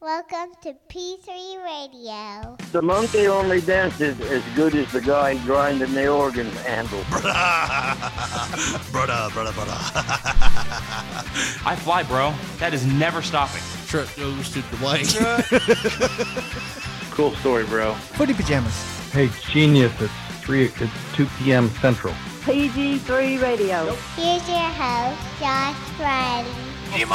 Welcome to P3 Radio. The monkey only dances as good as the guy grinding the organ handle. brother, brother, brother. I fly, bro. That is never stopping. Truck goes to Dwight. Cool story, bro. Footy pajamas. Hey, genius, it's 3, it's 2 p.m. Central. PG3 Radio. Here's your host, Josh Riley, Richard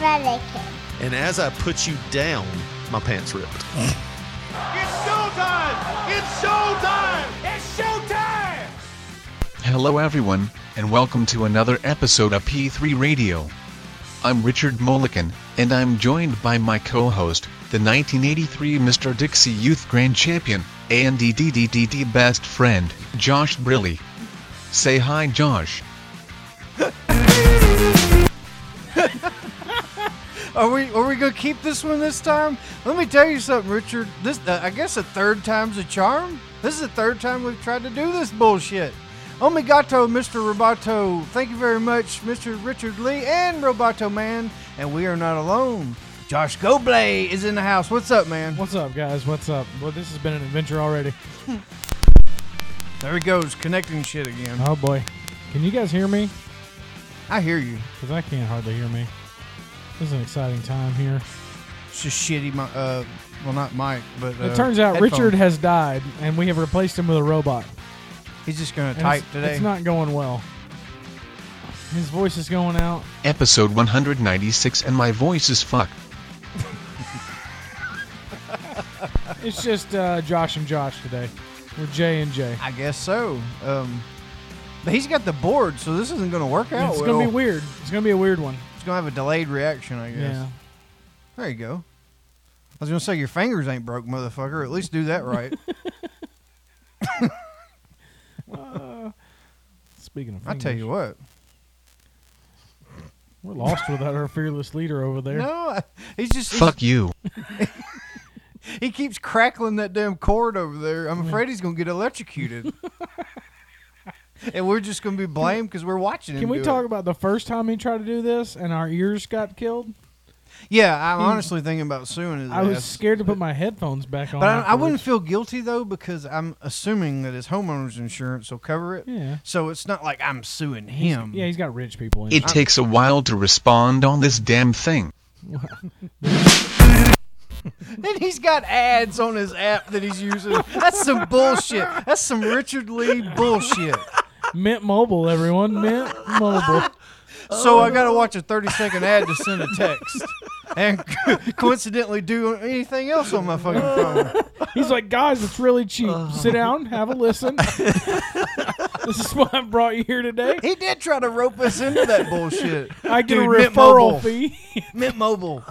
Mullican. and as I put you down, my pants ripped. Hello, everyone, and welcome to another episode of P3 Radio. I'm Richard Mulliken, and I'm joined by my co host, the 1983 Mr. Dixie Youth Grand Champion, and DDDDD best friend, Josh Brilly. Say hi, Josh. Are we are we gonna keep this one this time? Let me tell you something, Richard. This uh, I guess a third time's a charm. This is the third time we've tried to do this bullshit. Omigato, Mr. Roboto, thank you very much, Mr. Richard Lee and Roboto Man, and we are not alone. Josh Goblay is in the house. What's up, man? What's up, guys? What's up? Well, this has been an adventure already. There he goes, connecting shit again. Oh boy, can you guys hear me? I hear you. Because I can't hardly hear me. This is an exciting time here. It's just shitty. mi- Uh, well, not Mike, but uh, it turns out headphones. Richard has died, and we have replaced him with a robot. He's just gonna And type it's, today. It's not going well. His voice is going out. Episode 196, and my voice is fucked. It's just uh, Josh and Josh today. We're J and J. I guess so. Um, but he's got the board, so this isn't going to work out. It's Oh, well. gonna be weird. It's gonna be a weird one. It's going to have a delayed reaction, I guess. Yeah. There you go. I was going to say your fingers ain't broke, motherfucker. At least do that right. Speaking of, I tell you what. we're lost without our fearless leader over there. No, I- he's just he's- Fuck you. he keeps crackling that damn cord over there. I'm afraid he's going to get electrocuted. and we're just going to be blamed because we're watching him. Can we do talk it. about the first time he tried to do this and our ears got killed? Yeah, I'm honestly thinking about suing his Hmm. I was ass. scared to put my headphones back on. But I, I wouldn't afterwards. feel guilty though because I'm assuming that his homeowner's insurance will cover it. Yeah. So it's not like I'm suing him. Yeah, he's got rich people. In It takes a while to respond on this damn thing. And he's got ads on his app that he's using. That's some bullshit. That's some Richard Lee bullshit. Mint Mobile, everyone. Mint Mobile. So I got to watch a 30 second ad to send a text. And coincidentally, do anything else on my fucking phone. He's like, guys, it's really cheap. Sit down, have a listen. this is why I brought you here today. He did try to rope us into that bullshit. I get Dude, a Mint Mobile. referral fee. Mint Mobile.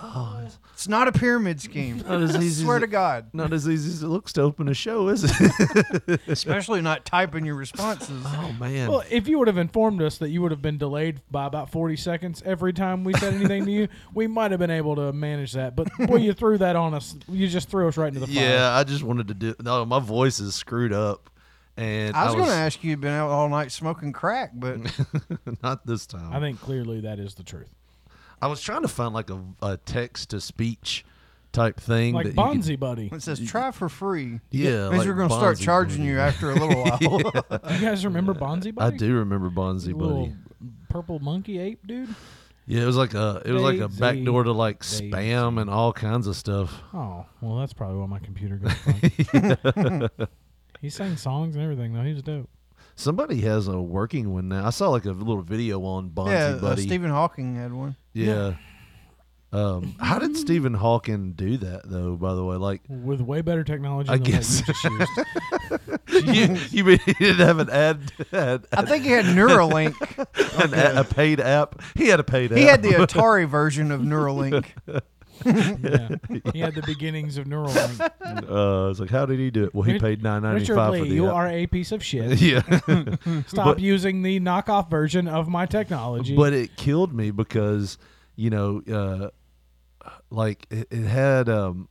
It's not a pyramid scheme. Not as I easy swear as to it- God. Not as easy as it looks to open a show, is it? Especially not typing your responses. oh man. well, if you would have informed us that you would have been delayed by about 40 seconds every time we said anything to you, we might have been able to manage that. But boy, you threw that on us. You just threw us right into the fire. yeah, I just wanted to do. No, my voice is screwed up, and I was, going to ask you, you've been out all night smoking crack, but gonna not this time. I think clearly that is the truth. I was trying to find like a, a text to speech type thing. Like that you could- Bonzi Buddy. it says try for free. yeah, Means we're going to start charging you After after a little while. You guys remember Bonzi I Buddy? do remember Bonzi little Buddy. purple monkey ape dude. Yeah, it was like a it was like a Daisy, back door to like Daisy. spam and all kinds of stuff. Oh, well, that's probably why my computer got fucked. he sang songs and everything though. He was dope. Somebody has a working one now. I saw like a little video on Bonzi yeah, uh, Buddy. Stephen Hawking had one. yeah. Um, how did Mm-hmm. Stephen Hawking do that though? By the way, like With way better technology I than what you guess. just used. you, you mean he didn't have an ad, an, I think he had Neuralink. an a, a paid app? He had a paid app. Uh, he had the Atari version of Neuralink. Yeah. He had the beginnings of Neuralink. Uh, it's like, how did he do it? Well, he Rich- paid nine ninety Richard five Lee, for the you app. are a piece of shit. yeah. Stop using the knockoff version of my technology. but it killed me because you know uh like it, it had um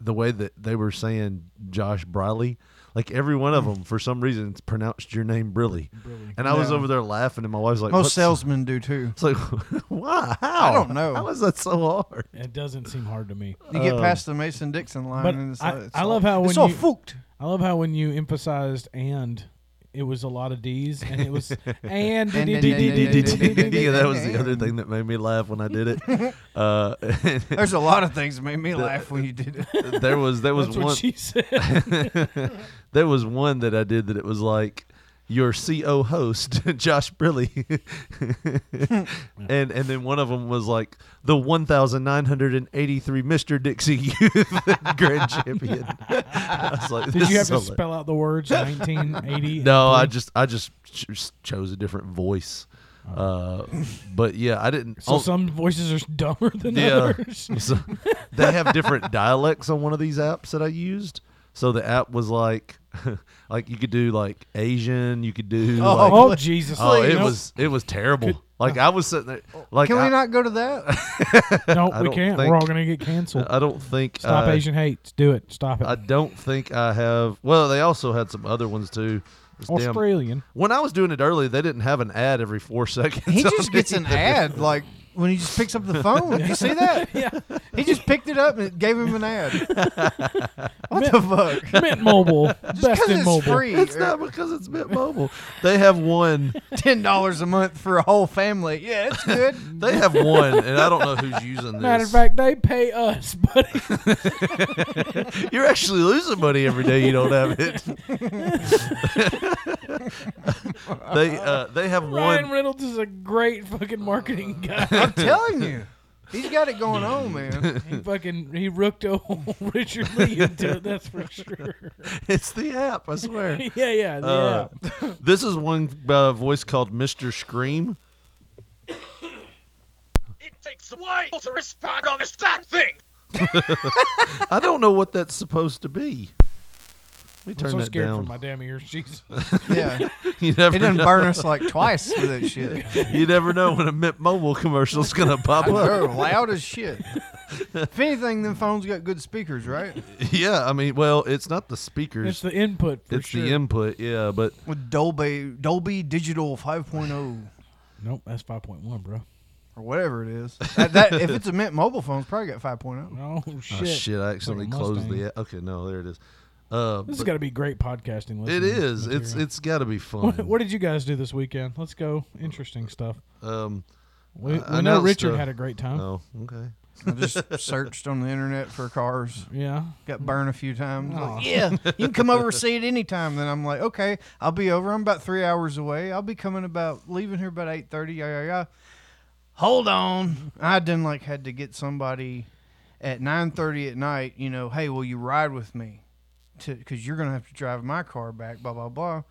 the way that they were saying josh briley Like every one Mm. of them, for some reason, it's pronounced your name Brilly. And I was Yeah. over there laughing, and my wife's like, Most "What's-" salesmen do too. It's like, why? How? don't know. How is that so hard? It doesn't seem hard to me. You Oh. get past the Mason Dixon line, but and it's I- like, it's I all- love how it's when all you- fooked. I love how when you emphasized and it was a lot of D's and it was And- and d- and- d- and- d- and- d- d- and- d- d- d- d- yeah, that was the other thing that made me laugh when I did it. Uh, There's a lot of things that made me laugh when you did it. there was there was That's one what she said. there was one that I did that it was like your CO host Josh Brilly, and and then one of them was like the 1,983 Mister Dixie Youth Grand Champion. I was like, Did this you have is to hilarious. spell out the words 1980? No, I just I just ch- chose a different voice. Uh, but yeah, I didn't. So oh, some voices are dumber than yeah, others. So they have different dialects on one of these apps that I used. So the app was like, like you could do like Asian, you could do like, Oh Jesus! oh, it Nope. was it was terrible. like I was sitting there, like uh, Can I, we not go to that? no, I we don't can't. think- We're all gonna get canceled. I don't think Stop I, Asian hate. Do it. Stop it. I don't think I have. Well, they also had some other ones too. It was damn- Australian. when I was doing it early, they didn't have an ad every four seconds. He on just gets an either. ad like when he just picks up the phone. You see that? Yeah. He just picked it up and it gave him an ad. What the fuck? Mint Mobile. Best Because in it's mobile. free. It's not because it's Mint Mobile. They have one. Ten dollars a month for a whole family. Yeah, it's good. They have one, and I don't know who's using this. Matter of fact, they pay us, buddy. You're actually losing money every day you don't have it. they uh, they have Ryan one. Reynolds is a great fucking marketing Uh. guy. I'm telling you. He's got it going on, man. He fucking he rooked old Richard Lee into it. That's for sure. It's the app. I swear. yeah, yeah, yeah. Uh, this is one uh, voice called Mr. Scream. It takes a while to respond on this thing. I don't know what that's supposed to be. Let me I'm turn so that scared for down. my damn ears. Jesus. Yeah. you never It didn't know. burn us like twice with that shit. You never know when a Mint Mobile commercial's gonna pop They're up. loud as shit. If anything, them phones got good speakers, right? Yeah, I mean, well, it's not the speakers, It's the input for it's sure. the input. Yeah, but With Dolby Dolby Digital 5.0 nope, that's five point one, bro. or whatever it is. That, that- if it's a Mint mobile phone, it's probably got 5.0. Oh shit. oh, shit, I accidentally Like a closed Mustang. the. a- Okay, no, there it is. Uh, This has but got to be great podcasting. it listening is. It's material. it's got to be fun. What, what did you guys do this weekend? Let's go. Interesting stuff. um, We, I- I we know announced, Richard uh, had a great time. oh, okay. I just searched on the internet for cars. Yeah. Got burned a few times. Aw. Like, yeah, you can come over and see it anytime. Then I'm like, okay, I'll be over. I'm about three hours away. I'll be coming about leaving here about eight thirty. Yeah, yeah, yeah. Hold on. I didn't like had to get somebody at nine thirty at night. You know, hey, will you ride with me? To because you're gonna have to drive my car back. Blah blah blah.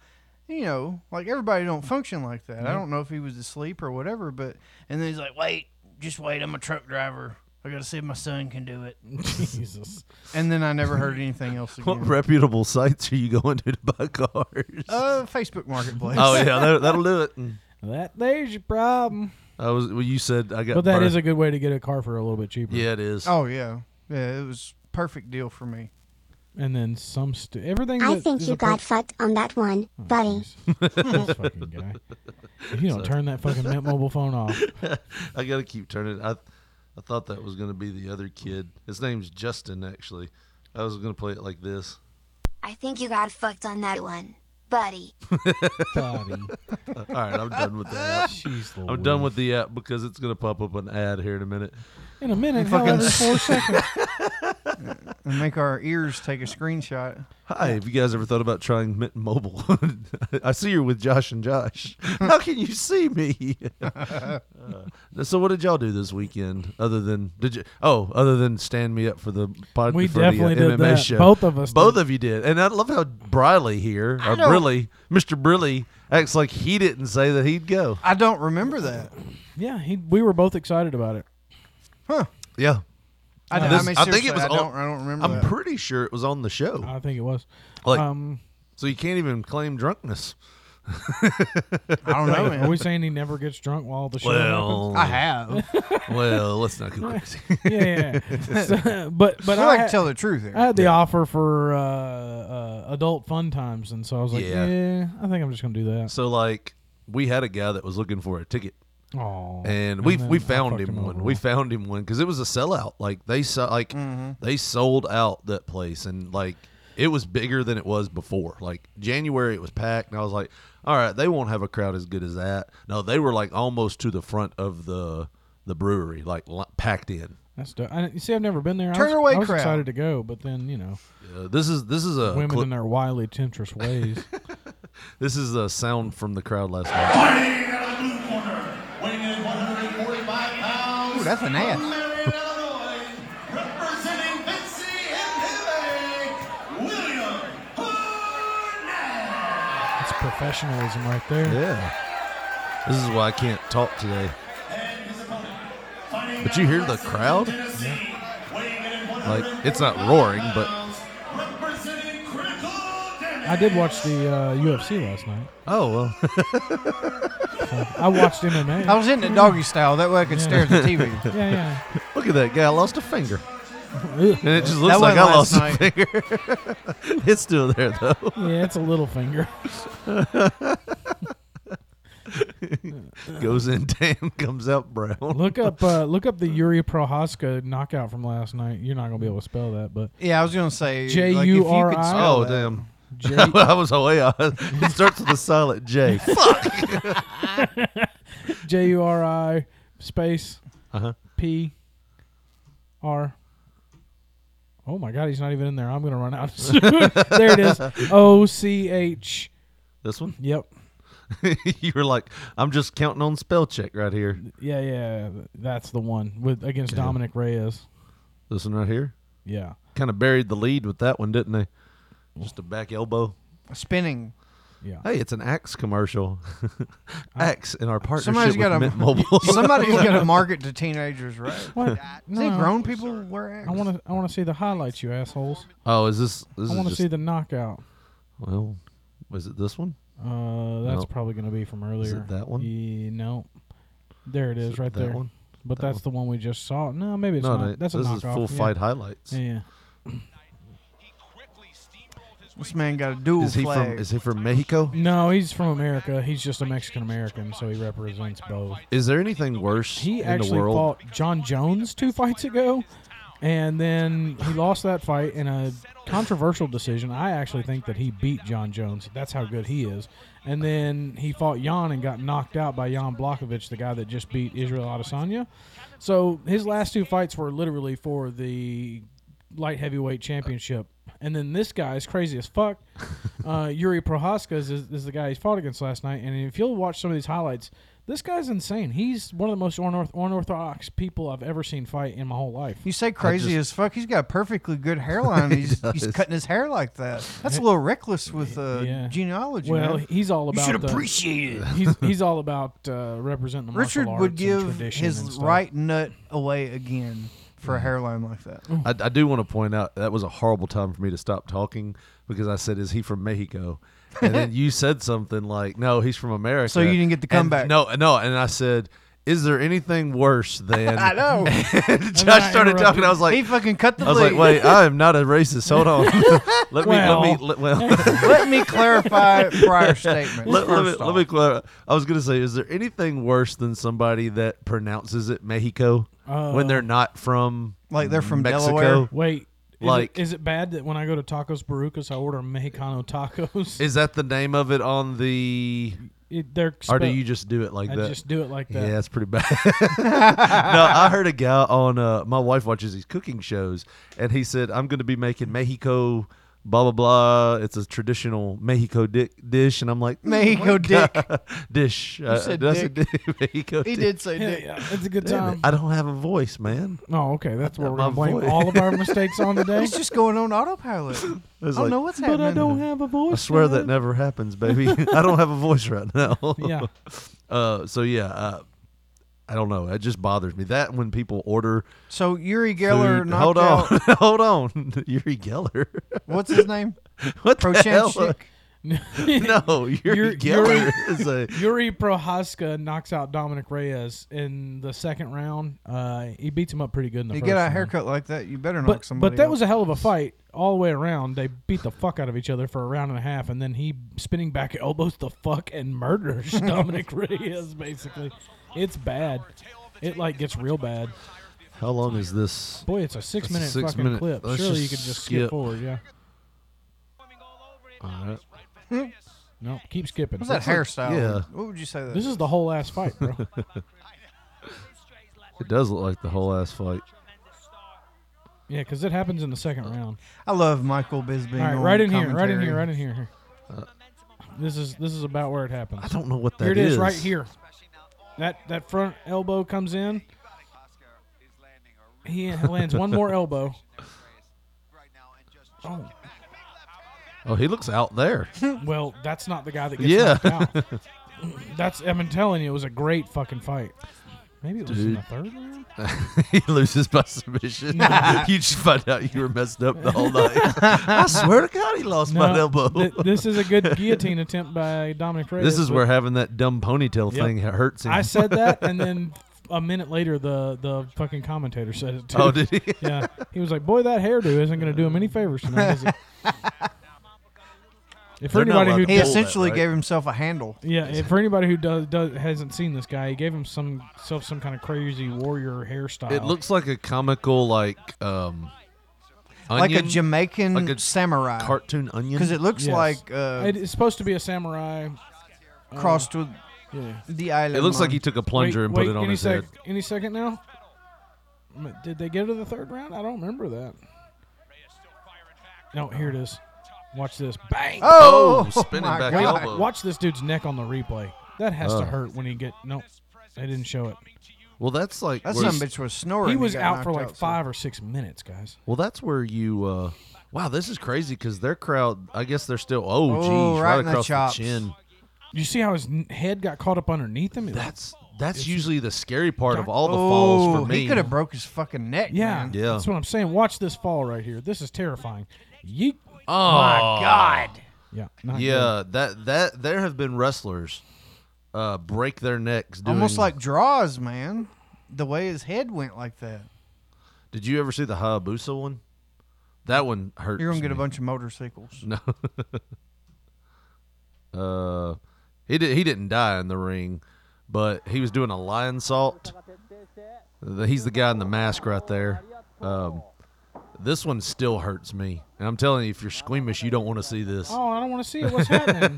You know, like everybody don't function like that. I don't know if he was asleep or whatever, but and then he's like, wait, just wait. I'm a truck driver. I gotta see if my son can do it. Jesus. And then I never heard anything else again. What reputable sites are you going to to buy cars? Uh, Facebook Marketplace. oh yeah, that, that'll do it. Mm. That there's your problem. I was. Well, you said I got. But that burned. is a good way to get a car for a little bit cheaper. Yeah, it is. Oh yeah, yeah. It was perfect deal for me. And then some stu- everything. I that think is you a pro- got fucked on that one, buddy. Jeez. This fucking guy. If you don't turn that fucking Mint Mobile phone off, I gotta keep turning. I I thought that was gonna be the other kid. His name's Justin actually. I was gonna play it like this. I think you got fucked on that one, buddy. buddy. Uh, All right, I'm done with that. Jeez I'm done with the app because it's gonna pop up an ad here in a minute. In a minute, however, four seconds. And make our ears take a screenshot. Hi, have you guys ever thought about trying Mint Mobile? I see you're with Josh and Josh. How can you see me? Uh, so, what did y'all do this weekend? Other than did you? Oh, other than stand me up for the podcast, We for the, uh, definitely did MMA that. show. Both of us both did. of you did. And I love how Briley here, or Briley, Mr. Briley, acts like he didn't say that he'd go. I don't remember that. Yeah, he, we were both excited about it. Yeah, I, This- mean, I think it seriously, was I all- don't. I don't remember. I'm that. Uh, pretty sure it was on the show. I think it was. Like, um, so you can't even claim drunkenness. I don't know, Are we man. saying he never gets drunk while the show happens? Well, I have. well, let's not go crazy. Yeah, yeah. So, but but I I, like had- to tell the truth here. I had the offer for uh, uh, adult fun times, and so I was like, Yeah. yeah. I think I'm just gonna do that. so like, we had a guy that was looking for a ticket, Oh, and we we found him one. We found. found him one because it was a sellout. Like they so, like they sold out that place, and like it was bigger than it was before. Like January, it was packed, and I was like, all right, they won't have a crowd as good as that. No, they were like almost to the front of the the brewery, like li- packed in. That's dope. I, you see, I've never been there. Turn I was, away I was crowd. excited to go, but then you know, Uh, this is this is a women clip- in their wily, temptress ways. this is a sound from the crowd last night. Ooh, that's an ass. That's professionalism right there. Yeah. This is why I can't talk today. But you hear the crowd? Like, it's not roaring, but. I did watch the uh, UFC last night. Oh, well. I watched MMA. I was in the doggy style. That way I could Yeah. stare at the TV. yeah, Look at that guy. lost a finger. yeah. And it just looks That like I lost wasn't a last finger. it's still there, though. yeah, it's a little finger. Goes in tan, comes out brown. Look up, uh, look up the Yuri Prohaska knockout from last night. You're not gonna be able to spell that, but Yeah, I was gonna say J like, if you could U R I? spell Oh, that. damn. J- I was away. It starts with a silent J. J U R I space Uh-huh. P R. Oh my God, he's not even in there. I'm gonna run out soon. there it is. O C H. This one? Yep. you were like, I'm just counting on spell check right here. Yeah, yeah, that's the one with against Dominic Reyes. This one right here? Yeah, Kind of buried the lead with that one, didn't they? Just a back elbow. Spinning. yeah. Hey, it's an Axe commercial. Axe in our partnership Somebody's with got a- Mint Mobile. Somebody's gotta market to teenagers, right? What? Is it grown people wear axe? I want to. I want to see the highlights, you assholes. oh, is this? This is I want to just, see the knockout. well, was it this one? Uh, that's Nope. probably going to be from earlier. that one? Yeah, no. There it is, right that there. one? But that's the one we just saw. No, maybe it's no, not. no, that's this a knockoff. is full yeah. fight highlights. Yeah, yeah. This man got a dual Is he flag. from? Is he from Mexico? No, he's from America. He's just a Mexican American, so he represents both. Is there anything worse in He the actually world? fought John Jones two fights ago, and then he lost that fight in a controversial decision. I actually think that he beat John Jones. That's how good he is. And then he fought Jan and got knocked out by Jan Blokovic, the guy that just beat Israel Adesanya. So his last two fights were literally for the light heavyweight championship. And then this guy is crazy as fuck. Uh, Yuri Prohaska is, is the guy he's fought against last night. And if you'll watch some of these highlights, this guy's insane. He's one of the most unorth- unorthodox people I've ever seen fight in my whole life. you say crazy as fuck. He's got a perfectly good hairline. He's, he's does. cutting his hair like that. That's a little reckless with uh, Yeah. genealogy. Well, man. he's all about. you should uh, appreciate it. he's he's all about uh, representing the martial Richard arts would and give tradition and his stuff. right nut away again for a hairline like that. I, I do want to point out that was a horrible time for me to stop talking because I said, "Is he from Mexico?" And then you said something like, "No, he's from America." So you didn't get the And comeback. No, no. And I said, "Is there anything worse than?" I know. Josh started talking. I was like, he fucking cut the I was lead. like, "Wait, I am not a racist. Hold on. let me, let me, let, well, Let me clarify prior statements. let, let me, first let me off. clar- I was gonna say, is there anything worse than somebody that pronounces it Mexico when they're not from Like they're Oh. from Mexico? Delaware? Wait, is Like- it, is it bad that when I go to Tacos Barucas, I order Mexicano tacos? Is that the name of it on the, It- they're or do spelled- you just do it like I that? just do it like Yeah, that. that's pretty bad. no, I heard a guy on uh, my wife watches these cooking shows, and he said, "I'm going to be making Mexico." Blah blah blah. It's a traditional Mexico dick dish, and I'm like "Oh Mexico dick. dish. Uh, said did I say dick? Mexico He dick. did say Yeah, dick. yeah, it's a good Damn it. time. I don't have a voice, man. Oh, okay. That's what we're my gonna blame voice. all of our mistakes on today. He's just going on autopilot. I I was don't like, know Oh, what's happening. but I don't have a voice. I swear that man. never happens, baby. I don't have a voice right now. Yeah. Uh, so yeah, uh, I don't know. It just bothers me that when people order So Yuri Geller food. knocked Hold on, out hold on, Yuri Geller. what's his name? what the hell? Prochenchik. No, Yuri Yuri- Geller Yuri- is a Yuri Prohaska knocks out Dominic Reyes in the second round. Uh, he beats him up pretty good in the You first get a round. haircut like that, you better knock But, somebody. but that out. was a hell of a fight all the way around. They beat the fuck out of each other for a round and a half, and then he spinning back elbows the fuck and murders Dominic Reyes. Basically, it's bad. It like gets real bad. How long is this? Boy, it's a six That's a minute six fucking minute. clip. Let's Surely just you could just skip. skip forward. Yeah. All right. No, keep skipping. What's that hairstyle? yeah. What would you say that? This is the whole ass fight, bro. It does look like the whole ass fight. yeah, because it happens in the second round. I love Michael Bisbee. All right, right in here, right in here, right in here. here. this is this is about where it happens. Uh, I don't know what that Here it is, is. right here. That that front elbow comes in. He lands one more elbow. Oh, Oh, he looks out there. well, that's not the guy that gets Yeah. knocked out. That's I'm telling you, it was a great fucking fight. Maybe it was in the third round. he loses by submission. you just find out you were messed up the whole night. I swear to God, he lost my elbow. th- this is a good guillotine attempt by Dominic Reyes. this is but where having that dumb ponytail Yep. thing hurts him. I said that, and then a minute later, the the fucking commentator said it too. oh, did he? yeah, he was like, "Boy, that hairdo isn't going to do him any favors tonight." Is it? if for They're not anybody allowed who He to does, pull that, essentially right? gave himself a handle. yeah, if for anybody who does, does hasn't seen this guy, he gave him some self some kind of crazy warrior hairstyle. It looks like a comical, like, um, like a onion, Jamaican like a samurai. cartoon onion. Because it looks Yes. like uh, It- it's supposed to be a samurai. uh, crossed with yeah. the island. It looks like he took a plunger Wait- and wait, put it on any his sec- head. Any second now. M- Did they get to the third round? I don't remember that. No, here it is. Watch this. Bang. Oh, Oh, spinning my back God. elbow. Watch this dude's neck on the replay. That has Oh. to hurt when he get. No, they didn't show it. Well, that's like. That where- son of a bitch was snoring. He was got out for knocked like so- five or six minutes, guys. well, that's where you. Uh, wow, this is crazy because their crowd, I guess they're still. Oh, Oh, geez, right right, in the across the, chops. chin. You see how his n- head got caught up underneath him? It- That's that's usually the scary part of Doc- all the falls Oh, for me. He could have broke his fucking neck. yeah, man. Yeah. That's what I'm saying. Watch this fall right here. This is terrifying. Yeet. oh my God. Yeah. Not good. Yeah, that that there have been wrestlers uh, break their necks doing almost like draws, man. The way his head went like that, Did you ever see the Hayabusa one? That one hurt. you're gonna get a bunch of motorcycles. No. uh, he did. He didn't die in the ring, but he was doing a lion salt. The- He's the guy in the mask right there. Um, this one still hurts me, and I'm telling you, if you're squeamish, you don't want to see this. Oh, I don't want to see it. What's happening?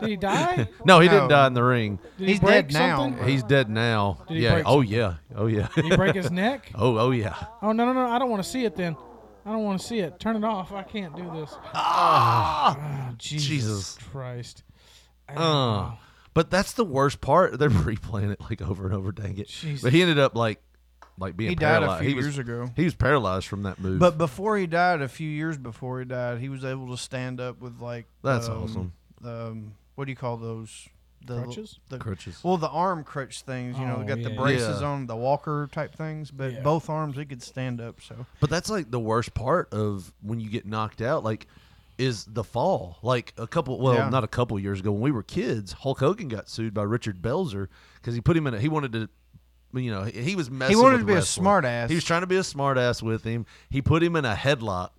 Did he die? No, he didn't No. die in the ring. Did he He's break dead now. something? He's dead now. Did he yeah. break Oh yeah. Oh yeah. Did he break his neck? oh oh yeah. Oh no no no! I don't want to see it then. I don't want to see it. Turn it off. I can't do this. Ah, Jesus, Jesus. Christ. Uh, but that's the worst part. They're replaying it like over and over. Dang it! Jesus. But he ended up like, like being He died a paralyzed. few he was, years ago. He was paralyzed from that move. But before he died, a few years before he died, he was able to stand up with like That's um, awesome. Um, what do you call those? The, Crutches? The, Crutches. Well, the arm crutch things. You know, Oh, they got the yeah. braces Yeah. on the walker type things, but Yeah. both arms he could stand up. So But that's like the worst part of when you get knocked out. Like, is the fall. Like a couple. Well, Yeah. not a couple years ago when we were kids, Hulk Hogan got sued by Richard Belzer because he put him in. a He wanted to. You know, he, he was messing. wanted with to be a wrestling. smartass. He was trying to be a smartass with him. He put him in a headlock,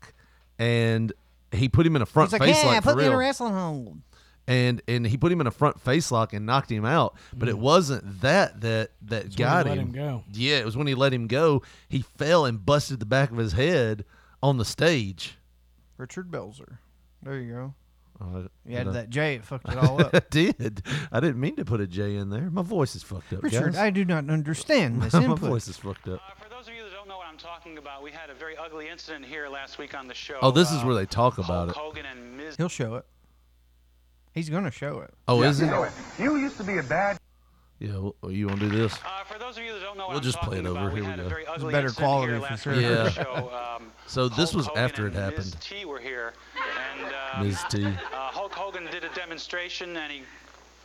and he put him in a front he's like, face "Yeah, lock put for me in a real." wrestling hold." and and he put him in a front face lock and knocked him out. But it wasn't that that that Mm. when he got let him. him go. Yeah, it was when he let him go. He fell and busted the back of his head on the stage. Richard Belzer. There you go. Uh, You had did I- that J. It fucked it all up. I did. I didn't mean to put a J in there. My voice is fucked up, Richard, guys. I do not understand this My input. voice is fucked up. Uh, for those of you that don't know what I'm talking about, we had a very ugly incident here last week on the show. Oh, this Uh, is where they talk Hulk about it. Hogan and Miz He'll show it. He's gonna show it. Oh, is it? You used to be a bad. Yeah, well, you want to do this? Uh, for those of you that don't know what We'll I'm just play talking it over. about, Here we we had go. a very ugly better incident quality here for last sure. week on the Yeah. show. Um, So this Hulk was Hogan after and it Miz happened. T were here, and um, Ms. T. uh, Hulk Hogan did a demonstration, and he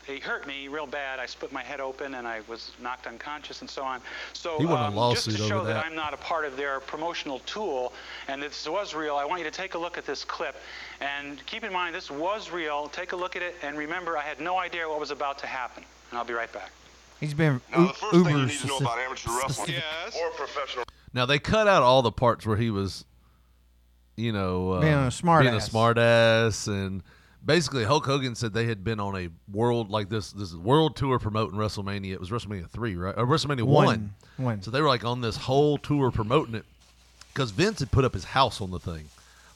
he hurt me real bad. I split my head open and I was knocked unconscious and so on. So He won a um, lawsuit just to show over that. that. I'm not a part of their promotional tool, and this was real. I want you to take a look at this clip, and keep in mind this was real. Take a look at it, and remember, I had no idea what was about to happen. And I'll be right back. He's been Now, u- the first uber thing you need to know about amateur wrestling specific. or professional Now they cut out all the parts where he was, you know, uh, Being a smart being ass. a smart ass, and basically Hulk Hogan said they had been on a world like this this world tour promoting WrestleMania. It was WrestleMania three, right? Or WrestleMania One. one. One. So they were like on this whole tour promoting it because Vince had put up his house on the thing.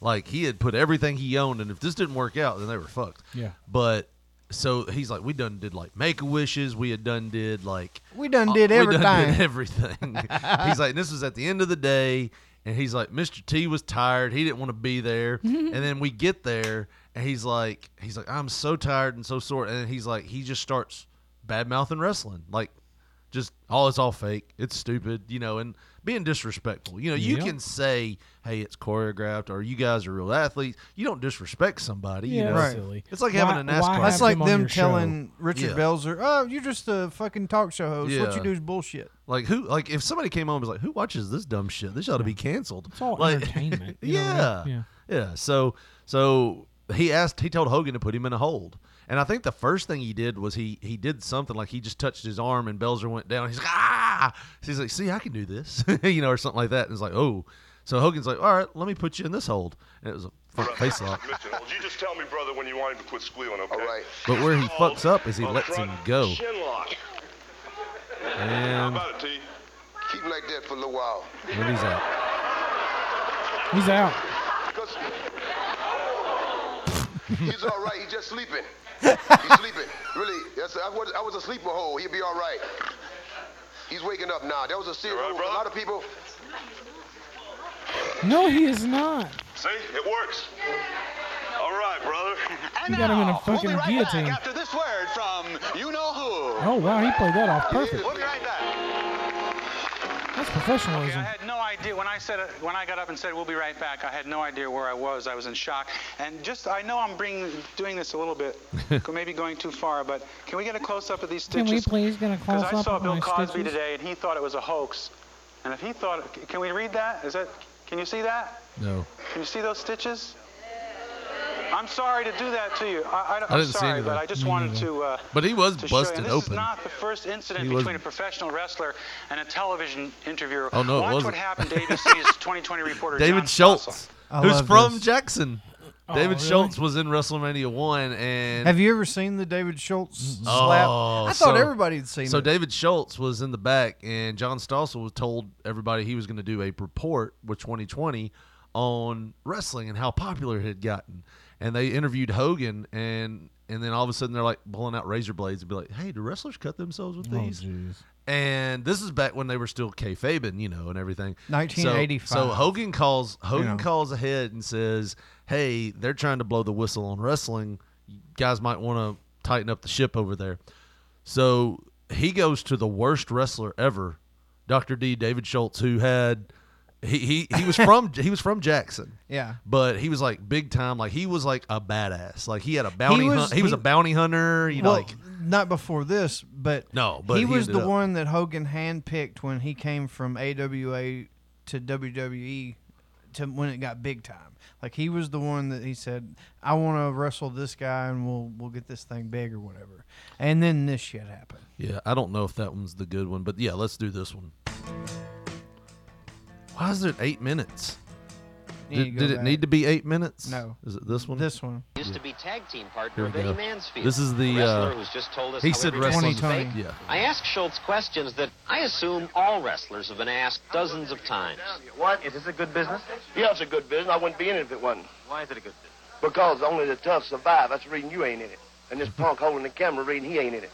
Like he had put everything he owned, and if this didn't work out, then they were fucked. Yeah. But so he's like, we done did like make a wishes. We had done did like We done did Uh, We done everything. did everything. he's like, this was at the end of the day, and he's like, Mr. T was tired. He didn't want to be there. and then we get there, and he's like, he's like, I'm so tired and so sore. And then he's like, he just starts bad mouthing wrestling, like just all it's all fake. It's stupid, you know, and being disrespectful. You know, you Yeah. can say, hey, it's choreographed, or you guys are real athletes. You don't disrespect somebody. you Yeah, know? that's Right. silly. It's like Why- having a NASCAR. why have That's like him on them your show. telling Richard Yeah. Belzer, "Oh, you're just a fucking talk show host. What Yeah. you do is bullshit." Like who? Like if somebody came home and was like, "Who watches this dumb shit? This ought to be canceled." It's all like, entertainment, you know what yeah, I mean? yeah, So, so he asked. He told Hogan to put him in a hold. And I think the first thing he did was he he did something like he just touched his arm and Belzer went down. He's like, ah. He's like, see, I can do this, you know, or something like that. And it's like, oh. So Hogan's like, all right, let me put you in this hold. And it was a fuck face lock. Mr. Holt, you just tell me, brother, when you want him to quit squealing, okay? All right. But where he fucks up is he lets him go. Chin lock. And it, T? Keep him like that for a little while. when he's out, He's out. Because he's all right. He's just sleeping. He's sleeping. Really, that's, I, was, I was asleep a hole. He'll be all right. He's waking up now. That was a serious. a lot of people. No, he is not. See, it works. All right, brother. He got him in a fucking guillotine. Oh wow, he played that off perfect. That's professionalism. I had no idea when I said when I got up and said we'll be right back. I had no idea where I was. I was in shock. And just I know I'm bringing doing this a little bit, maybe going too far. But can we get a close up of these Can stitches? we please get a Because close I up saw of Bill my Cosby stitches? today, and he thought it was a hoax. And if he thought, c- can we read that? Is that? Can you see that? no. Can you see those stitches? I'm sorry to do that to you. I, I, don't- I I'm didn't see sorry, anything. but I just Me wanted neither. to. Uh, But he was to show you. busted And this open. is not the first incident He between was- a professional wrestler and a television interviewer. Oh, no, it Watch what wasn't. happened to ABC's 2020 reporter John David Schultz, I who's love from this. Jackson. Oh, David really? Schultz was in WrestleMania one, and Have you ever seen the David Schultz Oh, slap? I thought so- everybody had seen So it. David Schultz was in the back, and John Stossel was told everybody he was going to do a report with 2020 on wrestling and how popular it had gotten. And they interviewed Hogan, and and then all of a sudden they're like pulling out razor blades and be like, "Hey, do wrestlers cut themselves with Oh these?" jeez. and this is back when they were still kayfabing, you know, and everything. 1985. So, so Hogan calls Hogan You know. calls ahead and says, "Hey, they're trying to blow the whistle on wrestling. You guys might want to tighten up the ship over there." So he goes to the worst wrestler ever, Dr. D. David Schultz, who had he he, he was from he was from Jackson. Yeah. But he was like big time, like he was like a badass. Like he had a bounty was- hunt. he, was he- a bounty hunter, you know, well, like not before this, but No, but he, he was ended the up- one that Hogan handpicked when he came from AWA to WWE to when it got big time. Like he was the one that he said, "I want to wrestle this guy, and we'll we'll get this thing big or whatever." And then this shit happened. Yeah, I don't know if that one's the good one, but yeah, let's do this one. Why is it eight minutes? You need Did, to go did it back. need to be eight minutes? No. Is it this one? This one. Used to be tag team Here partner we of Eddie go. Mansfield. This is the wrestler uh, who's just told us he how said every wrestling wrestling's is fake. fake. Yeah. I asked Schultz questions that I assume all wrestlers have been asked dozens of times. What? Is this a good business? Yeah, it's a good business. I wouldn't be in it if it wasn't. Why is it a good business? Because only the tough survive. That's the reason you ain't in it. And this punk holding the camera reading he ain't in it.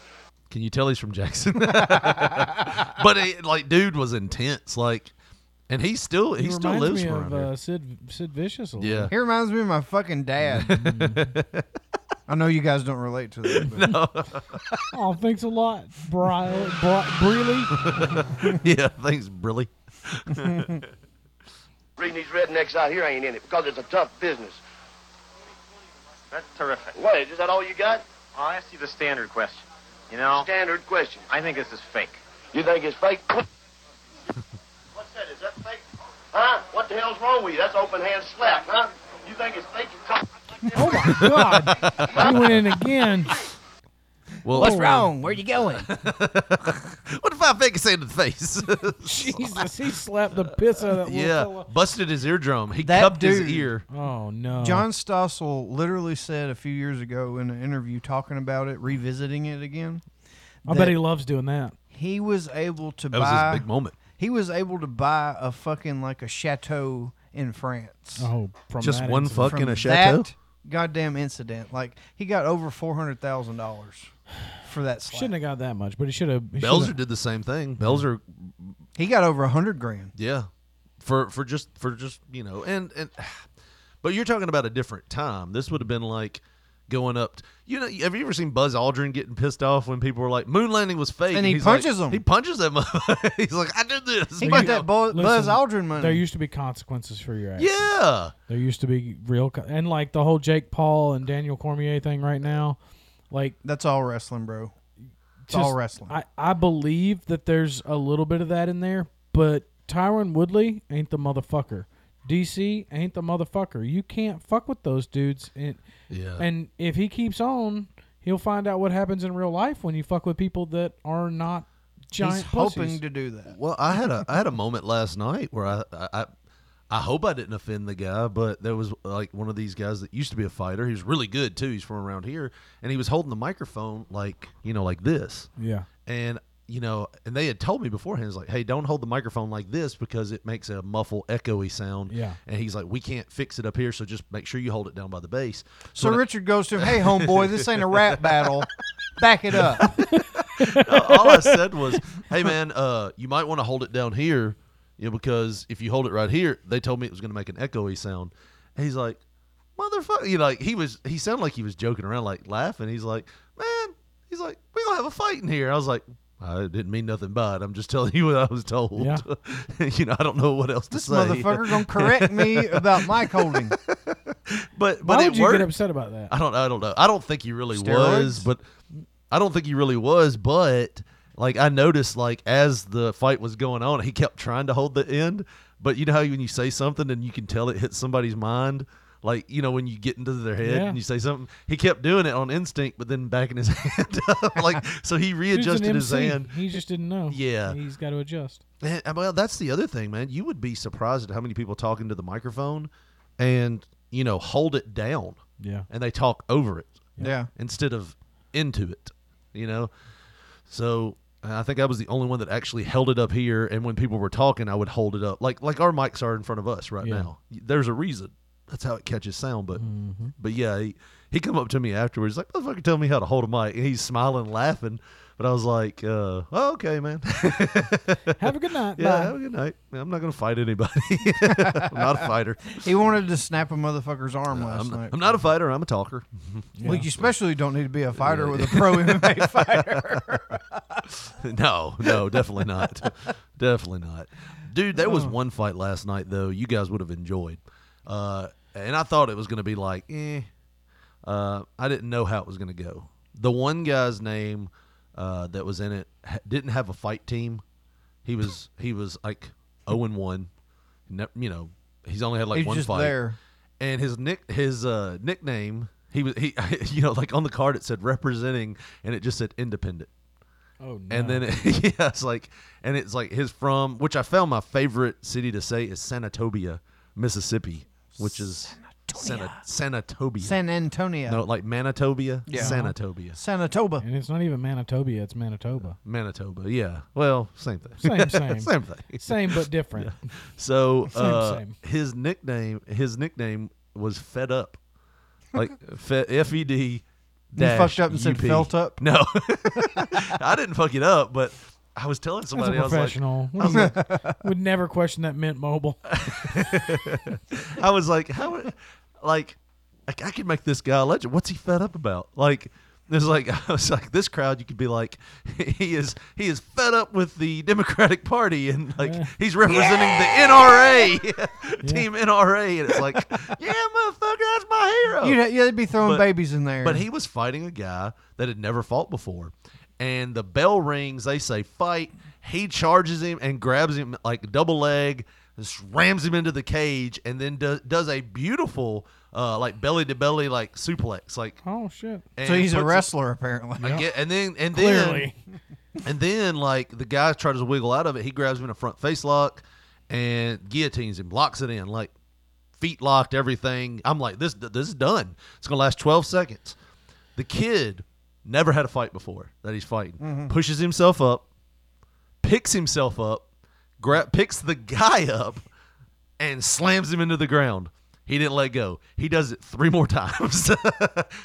Can you tell he's from Jackson? but it, like, dude was intense. Like, and he still he, He still reminds lives me around of here. uh, Sid Sid Vicious a little. Yeah. He reminds me of my fucking dad. I know you guys don't relate to that. But Oh, thanks a lot, Bri- Bri- Breely. yeah, thanks, Brilly. Reading these rednecks out here ain't in it because it's a tough business. That's terrific. What? Is that all you got? I'll ask you the standard question. You know? Standard question. I think this is fake. You think it's fake? What's that? Is that fake? Huh? What the hell's wrong with you? That's open hand slap, huh? You think it's fake? Oh my God! he went in again. Well- What's wrong? Where you going? what if I fake a sand in the face? Jesus, he slapped the piss out of that little yeah, fella. busted his eardrum. He That cupped dude. his ear. Oh no, John Stossel literally said a few years ago in an interview talking about it, revisiting it again. I that bet he loves doing that. He was able to That buy was his big moment. He was able to buy a fucking like a chateau in France. Oh, from Just that one incident. fucking From a chateau? that goddamn incident. Like he got over four hundred thousand dollars for that. Slap. Shouldn't have got that much, but he should have. he should Belzer have- did the same thing. Belzer, He got over a hundred grand. yeah, for for just for just you know, and and but you're talking about a different time. This would have been like going up. t- You know, have you ever seen Buzz Aldrin getting pissed off when people were like, "Moon landing was fake," And he he's like- punches 'em. He punches them. he's like, "I did this." He you got know? that Buzz, Buzz Listen, Aldrin money. There used to be consequences for your actions. Yeah. There used to be real, co- and like the whole Jake Paul and Daniel Cormier thing right now, like that's all wrestling, bro. It's all wrestling. I, I believe that there's a little bit of that in there, but Tyron Woodley ain't the motherfucker. DC ain't the motherfucker. You can't fuck with those dudes. And, Yeah. and if he keeps on, he'll find out what happens in real life when you fuck with people that are not giant pussies. do that. Well, I had a I had a moment last night where I, I I I hope I didn't offend the guy, but there was like one of these guys that used to be a fighter. He was really good too. He's from around here, and he was holding the microphone like you know like this. Yeah. And you know, and they had told me beforehand, it's like, hey, don't hold the microphone like this because it makes a muffle, echoey sound. Yeah. And he's like, we can't fix it up here, so just make sure you hold it down by the base. So when I- Richard goes to him, "Hey, homeboy, this ain't a rap battle. Back it up." all I said was, "Hey man, uh, you might want to hold it down here, you know, because if you hold it right here, they told me it was going to make an echoey sound." And he's like, "Motherfucker!" You know, like he was, he sounded like he was joking around, like laughing. He's like, "Man," he's like, "We gonna have a fight in here." I was like. I didn't mean nothing by it. I'm just telling you what I was told. Yeah. you know, I don't know what else This to say. motherfucker gonna correct me about mic holding. but Why but it would you worked. get upset about that? I don't. I don't know. I don't think he really was, Steroids? but I don't think he really was. But like I noticed, like as the fight was going on, he kept trying to hold the end. But you know how when you say something and you can tell it hits somebody's mind. Like you know when you get into their head Yeah. and you say something, he kept doing it on instinct, but then backing his hand up. like so he Dude's an readjusted his MC. hand. He just didn't know. Yeah. He's got to adjust. Man, uh, well, that's the other thing, man. You would be surprised at how many people talk into the microphone and, you know, hold it down. Yeah. And they talk over it. Yeah. Instead of into it, you know? So uh, I think I was the only one that actually held it up here. And when people were talking, I would hold it up. Like, like our mics are in front of us right Yeah. now. There's a reason. That's how it catches sound. But, Mm-hmm. but yeah, he, he come up to me afterwards, like, motherfucker, tell me how to hold a mic. And he's smiling, laughing. But I was like, uh, oh, okay, man. Have a good night. Yeah, Bye. have a good night. I'm not going to fight anybody. I'm not a fighter. He wanted to snap a motherfucker's arm last I'm, night. I'm not a fighter. I'm a talker. Well, you especially don't need to be a fighter with a pro MMA fighter. no, no, definitely not. definitely not. Dude, there Uh. was one fight last night, though, you guys would have enjoyed. Uh, and I thought it was going to be like, eh. Uh, I didn't know how it was going to go. The one guy's name uh, that was in it ha- didn't have a fight team. He was he was like zero and one. Ne- you know, he's only had like He's one just fight. there. And his nick his uh, nickname he was he you know like on the card it said representing and it just said independent. Oh, And then it, yeah, it's like and it's like his from which I found my favorite city to say is Sanatobia, Mississippi, which is Sana, Sanatobia. San Uh-huh. Antonio. No, like Manitobia, Sanatobia, Sanatoba. And it's not even Manitobia, it's Manitoba. Manitoba. Yeah. Well, same thing. Same, same. same thing. Same but different. Yeah. So Same, uh, same. his nickname his nickname was Fed Up, like F E D. You fucked up and said felt up? No, I didn't fuck it up, but I was telling As a somebody I was like, professional, I was would, like, would never question that Mint Mobile. I was like, how, like, like I could make this guy a legend. What's he fed up about? Like, It's like I was like this crowd. You could be like, he is he is fed up with the Democratic Party and like he's representing the NRA, Team NRA, and it's like, yeah, motherfucker, that's my hero. You'd, yeah, they'd be throwing But- babies in there. But he was fighting a guy that had never fought before, and the bell rings. They say fight. He charges him and grabs him like double leg, just rams him into the cage, and then do, does a beautiful uh, like belly to belly like suplex. Like oh shit! So he's a wrestler, apparently. I Yep. get, and then and Clearly. then and then like the guy tries to wiggle out of it. He grabs him in a front face lock and guillotines him, locks it in like feet locked, everything. I'm like this this is done. It's gonna last 12 seconds. The kid never had a fight before that he's fighting. Mhm. Pushes himself up, picks himself up, gra- picks the guy up, and slams him into the ground. He didn't let go. He does it three more times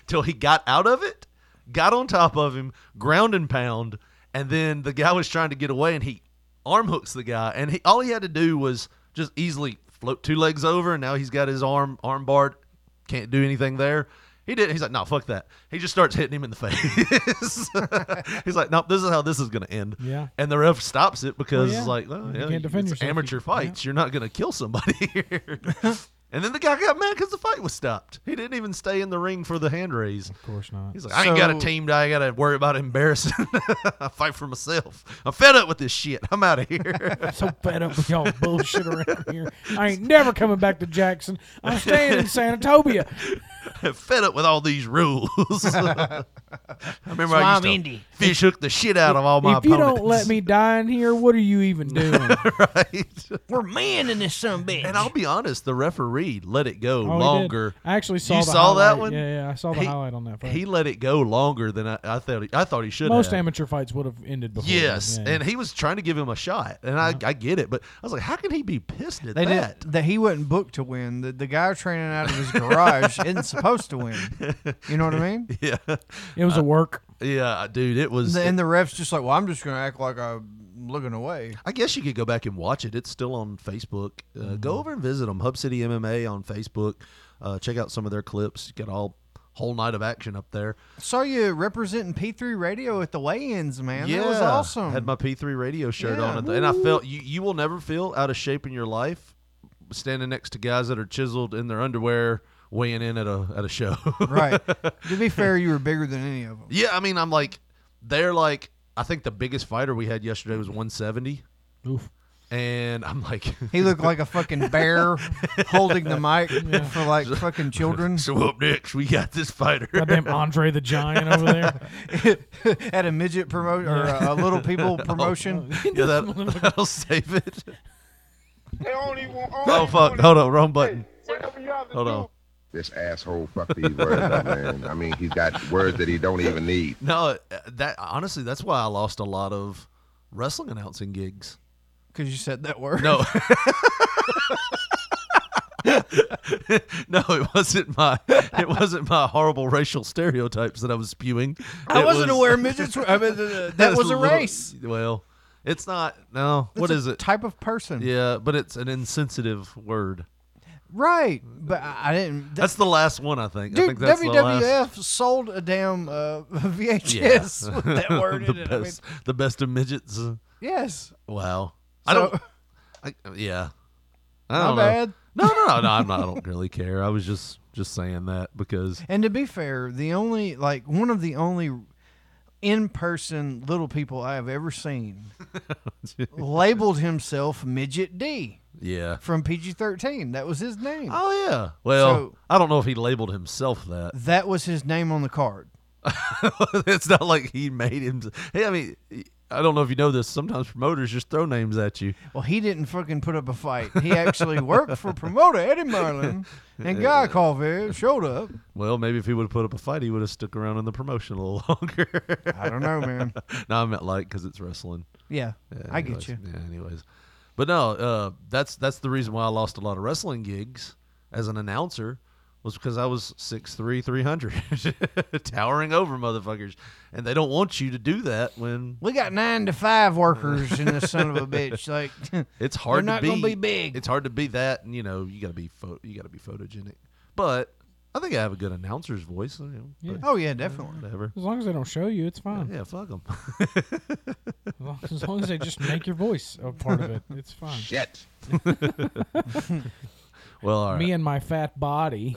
till he got out of it, got on top of him, ground and pound, and then the guy was trying to get away and he arm hooks the guy and he all he had to do was just easily float two legs over and now he's got his arm arm barred, can't do anything there. He didn't. He's like, no, fuck that. He just starts hitting him in the face. he's like, no, this is how this is going to end. Yeah. And the ref stops it because yeah. it's like, oh, You yeah, can't defend it's yourself. amateur You- fights. You're not going to kill somebody here. and then the guy got mad because the fight was stopped. He didn't even stay in the ring for the hand raise. Of course not. He's like, I ain't got a So- team that I got to worry about embarrassing. I fight for myself. I'm fed up with this shit. I'm out of here. so fed up with y'all bullshit around here. I ain't never coming back to Jackson. I'm staying in Sanatobia. fed up with all these rules. I remember So I I'm used to indie. fish hook the shit out of all my if you opponents. don't let me die in here, what are you even doing? We're manning this some bitch. And I'll be honest, the referee let it go Oh, he did. longer. I actually saw You the saw that highlight. one? Yeah, yeah, I saw the highlight on that fight. He let it go longer than I, I thought. He, I thought he should. Most have. amateur fights would have ended before. then. Yes, Yeah, and he was trying to give him a shot, and I, I get it, but I was like, how can he be pissed at They that? did that. He wasn't booked to win. The, the guy training out of his garage isn't supposed to win. You know what I mean? Yeah, It was a work. yeah, dude, it was. and the ref's just like, well, I'm just going to act like I'm looking away. I guess you could go back and watch it. It's still on Facebook. Uh, Mm-hmm. Go over and visit them. Hub City MMA on Facebook. Uh, check out some of their clips. You got all whole night of action up there. Saw you representing P3 Radio at the weigh-ins, man. That was Yeah. awesome. Had my P3 radio shirt Yeah. on, at the- and I felt you. You will never feel out of shape in your life standing next to guys that are chiseled in their underwear weighing in at a at a show. right. To be fair, you were bigger than any of them. Yeah, I mean, I'm like, they're like, I think the biggest fighter we had yesterday was 170. Oof. And I'm like, He looked like a fucking bear holding the mic for like fucking children. So up next, we got this fighter. Goddamn Andre the Giant over there. at a midget promotion or a, a little people Oh, promotion. yeah, that, that'll save it. Oh, Oh fuck! Hold on, wrong button. Hold on. This asshole fucked these words up, man. I mean, he's got words that he don't even need. No, uh, that honestly, that's why I lost a lot of wrestling announcing gigs. Because you said that word. No. no, it wasn't my it wasn't my horrible racial stereotypes that I was spewing. I It wasn't was- aware midgets were. I mean, uh, that was a little- race. Well, it's not. No, It's what a is it? Type of person. Yeah, but it's an insensitive word. Right. But I I didn't. That's the last one, I think. I Dude, think that's the WWF last. sold a damn uh, VHS Yeah. with that word the in it. I mean, Best, the best of midgets. yes. Wow. I So- don't. I, yeah. I My don't know. bad. No, no, no, no. I'm not, I don't really care. I was just just saying that because And to be fair, the only like one of the only in-person little people I have ever seen labeled himself Midget D yeah. from PG-13. That was his name. Oh Yeah. Well, So- I don't know if he labeled himself that. that was his name on the card. it's not like he made him. Hey, I mean, I don't know if you know this. Sometimes promoters just throw names at you. Well, he didn't fucking put up a fight. He actually worked for promoter Eddie Marlin and Guy Colville showed up. Well, maybe if he would have put up a fight, he would have stuck around in the promotion a little longer. I don't know, man. no, I meant like because it's wrestling. Yeah, I get anyways. you. Yeah, anyways, but no, uh, that's that's the reason why I lost a lot of wrestling gigs as an announcer was because I was 6'3", 300, towering over motherfuckers, and they don't want you to do that when We got nine to five workers in this son of a bitch. Like it's hard they're to not be, gonna be big. It's hard to be that, and you know you gotta be pho- you gotta be photogenic. But I think I have a good announcer's voice. you know, Yeah. but Oh, yeah, definitely. Whatever. As long as they don't show you, it's fine. Yeah, fuck them. as long as they just make your voice a part of it, it's fine. Shit. Well, all right. Me and my fat body.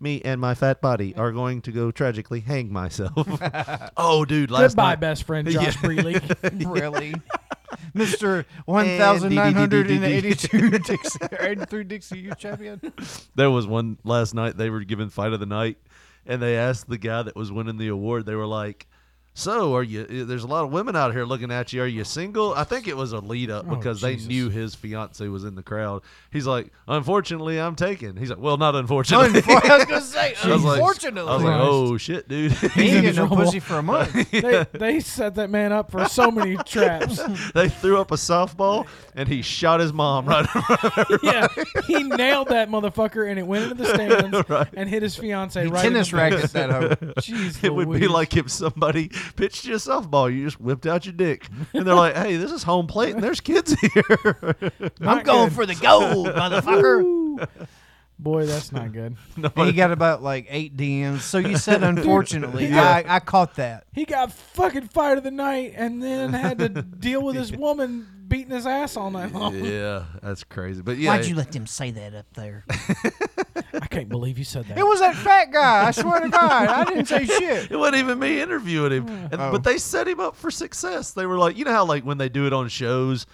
me and my fat body are going to go tragically hang myself. oh, dude, last Goodbye, night- best friend Josh Yeah. Breeley. really? Mr. 1982 And Dixie, 83 Dixie, you champion. There was one last night they were giving fight of the night, and they asked the guy that was winning the award. They were like, "So, are you? eh, There's a lot of women out here looking at you. Are you single?" I think it was a lead up Oh, because they Jesus. knew his fiance was in the crowd. He's like, "Unfortunately, I'm taken." He's like, "Well, not unfortunately." Unfor- I was gonna say, I was like- unfortunately. I was like, Christ. "Oh shit, dude." He ain't getting no pussy for a month. they, they set that man up for so many traps. they threw up a softball and he shot his mom right in front of everybody. Yeah, he nailed that motherfucker, and it went into the stands Right. and hit his fiancee He right. in the tennis face. racketed that hoe. Jeez, It would be Louise. like if somebody pitched you a softball, you just whipped out your dick, and they're like, "Hey, this is home plate, and there's kids here." I'm going for the gold, motherfucker. Boy, that's not good. And he got about like eight DMs. So you said, unfortunately, Yeah. I, I caught that. He got fucking fired of the night, and then had to deal with this woman beating his ass all night long. yeah, that's crazy. But yeah, let them say that up there? I can't believe you said that. It was that fat guy. I swear to God, I didn't say shit. It wasn't even me interviewing him, and, Oh. but they set him up for success. They were like, you know how like when they do it on shows,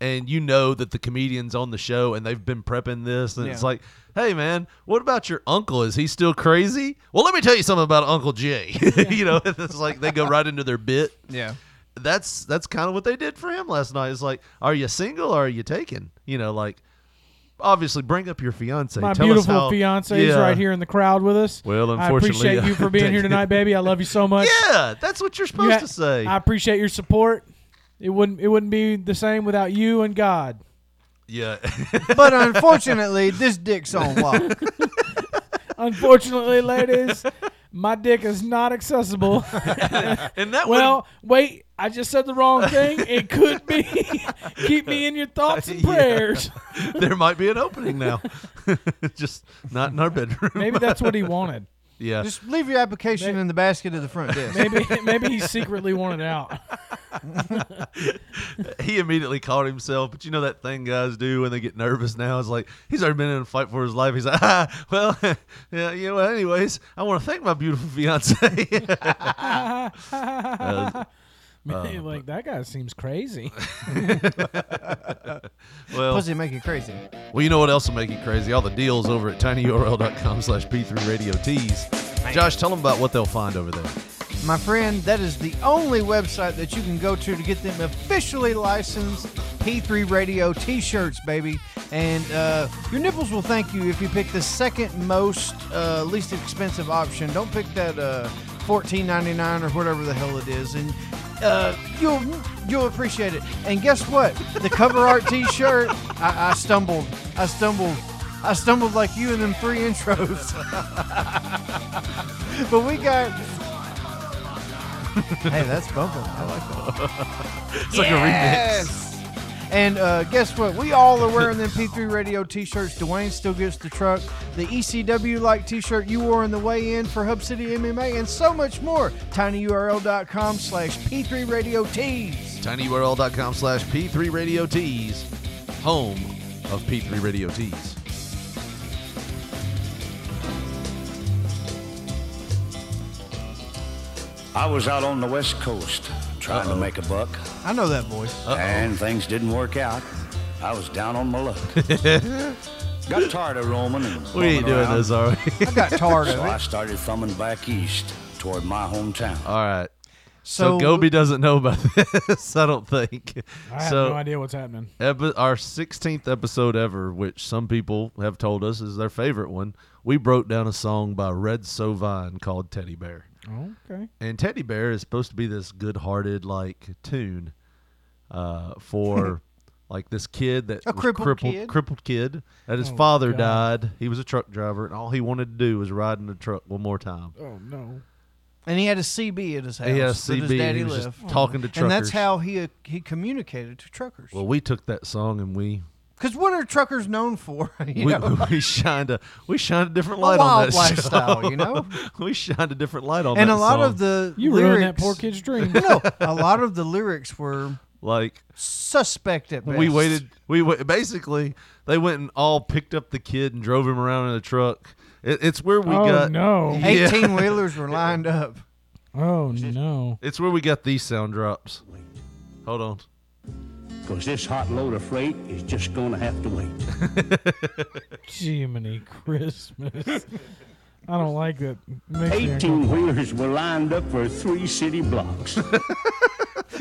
and you know that the comedian's on the show and they've been prepping this, and it's Yeah. like, hey man, what about your uncle? Is he still crazy? Well, let me tell you something about Uncle Jay. you know, it's like they go right into their bit. Yeah. That's that's kind of what they did for him last night. It's like, are you single or are you taken? You know, like obviously bring up your fiance. My Tell beautiful us how, fiance is right here in the crowd with us. Well, unfortunately, I appreciate you for being here tonight, baby. I love you so much. Yeah, that's what you're supposed Yeah, to say. I appreciate your support. It wouldn't it wouldn't be the same without you and God. yeah. But unfortunately, this dick's on lock. Unfortunately, ladies, my dick is not accessible. and that well, wait, I just said the wrong thing. It could be. Keep me in your thoughts and prayers. there might be an opening now. Just not in our bedroom. Maybe that's what he wanted. yeah. Just leave your application in the basket of the front desk. Maybe maybe he secretly wanted out. he immediately caught himself, but you know that thing guys do when they get nervous now. It's like he's already been in a fight for his life. He's like, ah, well, yeah, you know. what, Anyways, I want to thank my beautiful fiance. Uh, Man, like that guy seems crazy. well, Pussy make you crazy. Well, you know what else will make you crazy? All the deals over at tinyurl.com slash p3radiotees. Josh, tell them about what they'll find over there. My friend, that is the only website that you can go to to get them officially licensed P3 Radio t shirts, baby. And uh, your nipples will thank you if you pick the second most, uh, least expensive option. Don't pick that uh, $14.99 or whatever the hell it is. And uh, you'll you'll appreciate it. And guess what? The cover art t shirt, I, I stumbled. I stumbled. I stumbled like you in them three intros. but we got hey, that's bumping. I like that. It's like a remix. And uh, guess what? We all are wearing them P3 Radio T-shirts. Dwayne still gets the truck, the ECW like T-shirt you wore on the way in for Hub City MMA, and so much more. Tinyurl.com/slash P3 Radio Tees. tinyurl.com slash p3 radio tees home of p3 radio tees I was out on the West Coast trying to make a buck, I know that voice. and things didn't work out. I was down on my luck. got tired of roaming. And We ain't bumming doing around. this, are we? I got tired of so it. I started thumbing back east toward my hometown. all right so, So- gobi doesn't know about this i don't think I have so no idea what's happening. epi- our 16th episode ever which some people have told us is their favorite one we broke down a song by red sovine called teddy bear Okay. And Teddy Bear is supposed to be this good-hearted like tune uh, for like this kid that A was crippled kid? crippled kid that his Oh, father God. died. He was a truck driver, and all he wanted to do was ride in the truck one more time. Oh no. And he had a CB at his house. He had a that his CB, daddy he was just left. talking to And truckers. that's how he he communicated to truckers. Well, we took that song and we Because what are truckers known for? You we, know? we shined a we shined a different A light on wild that lifestyle, show. you know? we shined a different light on and that a lot song. of the You lyrics, ruined that poor kid's dream. no, a lot of the lyrics were like suspect at best. we waited we wa- basically they went and all picked up the kid and drove him around in a truck it, it's where we Oh, got no. Yeah. Eighteen wheelers were lined up. Oh no! it's where we got these sound drops hold on Because this hot load of freight is just going to have to wait. Jiminy Christmas! I don't like that. Makes me 18 uncomfortable. wheelers were lined up for three city blocks.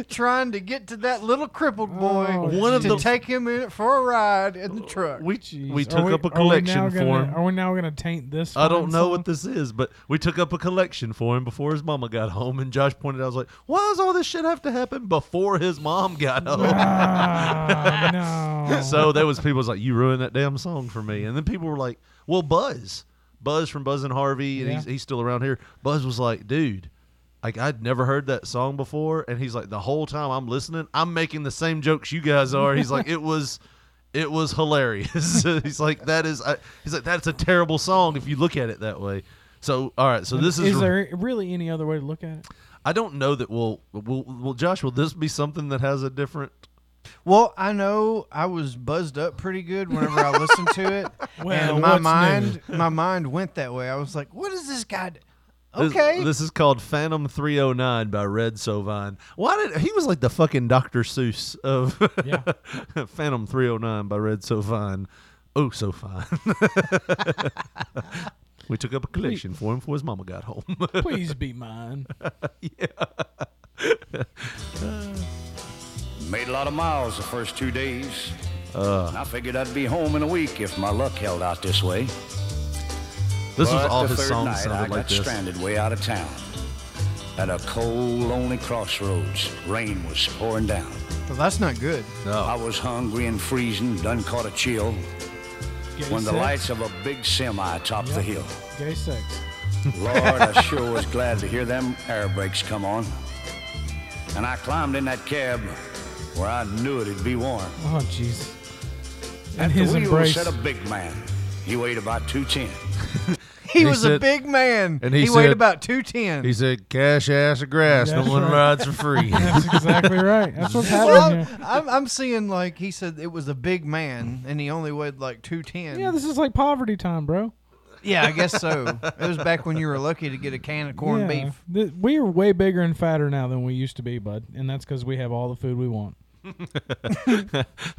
trying to get to that little crippled boy. Oh, one of geez. to take him in for a ride in the truck. we we Jeez. took Are up a are we now collection for gonna- him Are we now going to taint this? I don't fine know song? what this is, but we took up a collection for him before his mama got home. And Josh pointed out, I was like, why does all this shit have to happen before his mom got home? Ah, So there was people was like, you ruined that damn song for me. And then people were like, well, Buzz, Buzz from Buzz and Harvey, and Yeah. he's, he's still around here. Buzz was like, dude, like I'd never heard that song before. And he's like, the whole time I'm listening, I'm making the same jokes you guys are. He's like, it was. It was hilarious. he's like, that is. I, he's like, that's a terrible song if you look at it that way. So, all right. So this is. Is there really any other way to look at it? I don't know that we'll, we'll. Well, Josh, will this be something that has a different? Well, I know I was buzzed up pretty good whenever I listened to it, Well, and my what's mind my mind went that way. I was like, "What is this guy?" Do? Okay, This, this is called Phantom 309 by Red Sovine. Why did he was like the fucking Dr. Seuss of Phantom 309 by Red Sovine. Oh, so fine. we took up a collection for him before his mama got home. Please be mine. Made a lot of miles the first two days. Uh. And I figured I'd be home in a week if my luck held out this way. This was but all the his third songs night, sounded I like got this. stranded way out of town at a cold, lonely crossroads. Rain was pouring down. well, that's not good. I was hungry and freezing, done caught a chill Gay when the sex. lights of a big semi topped the hill. Gay sex. Lord, I sure was glad to hear them air brakes come on. And I climbed in that cab where I knew it'd be warm. Oh jeez. At And his the wheel embrace. sat a big man. He weighed about 210. He, He was a said- big man, and he weighed said- about two ten. He said, "Cash, ass, or grass. That's no one right. rides for free." That's exactly right. That's what's happening Well, here. I'm, I'm seeing like he said it was a big man, and he only weighed like two ten. Yeah, this is like poverty time, bro. yeah, I guess so. It was back when you were lucky to get a can of corned Yeah. beef. Th- we are way bigger and fatter now than we used to be, bud, and that's because we have all the food we want.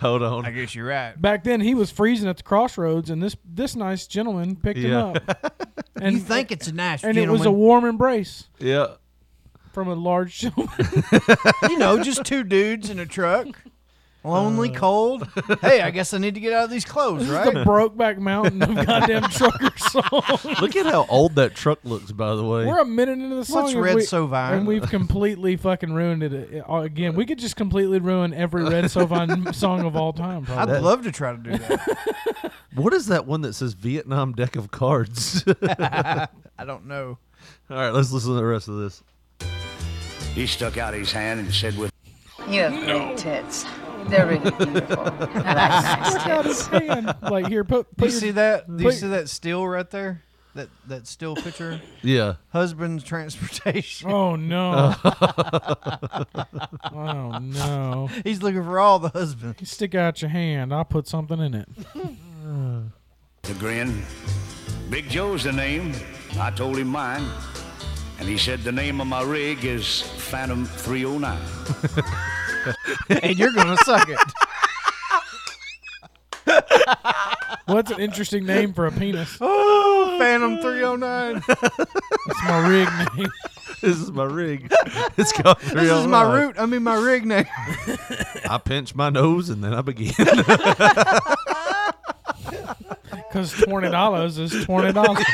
Hold on. I guess you're right. Back then, he was freezing at the crossroads, and this this nice gentleman picked Yeah. him up. And you think it's a nice and it gentleman. was a warm embrace Yeah. from a large gentleman. you know, just two dudes in a truck, lonely, cold. Hey, I guess I need to get out of these clothes, Uh. This right? is the Brokeback Mountain of goddamn trucker song. Look at how old that truck looks, by the way. We're a minute into the song. What's and Red we- Sovine? And we've completely fucking ruined it uh, uh, again. We could just completely ruin every Red Sovine song of all time, I'd probably. love to try to do that. What is that one that says Vietnam deck of cards? I don't know. All right, let's listen to the rest of this. He stuck out his hand and said with You have great tits. They're really beautiful. I like nice Stuck out his tits. hand. Like here, put. put Do you your- see that? Do you put- see that still right there? That that still picture. Yeah. Husband's transportation. Oh no! oh no! He's looking for all the husbands. You stick out your hand. I'll put something in it. the grin. Big Joe's the name. I told him mine. And he said the name of my rig is Phantom 309. and you're gonna suck it. What's an interesting name for a penis? Oh, Phantom 309. That's my rig name. This is my rig. It's called This is my root. I mean my rig name. I pinch my nose and then I begin. Because twenty dollars is twenty dollars.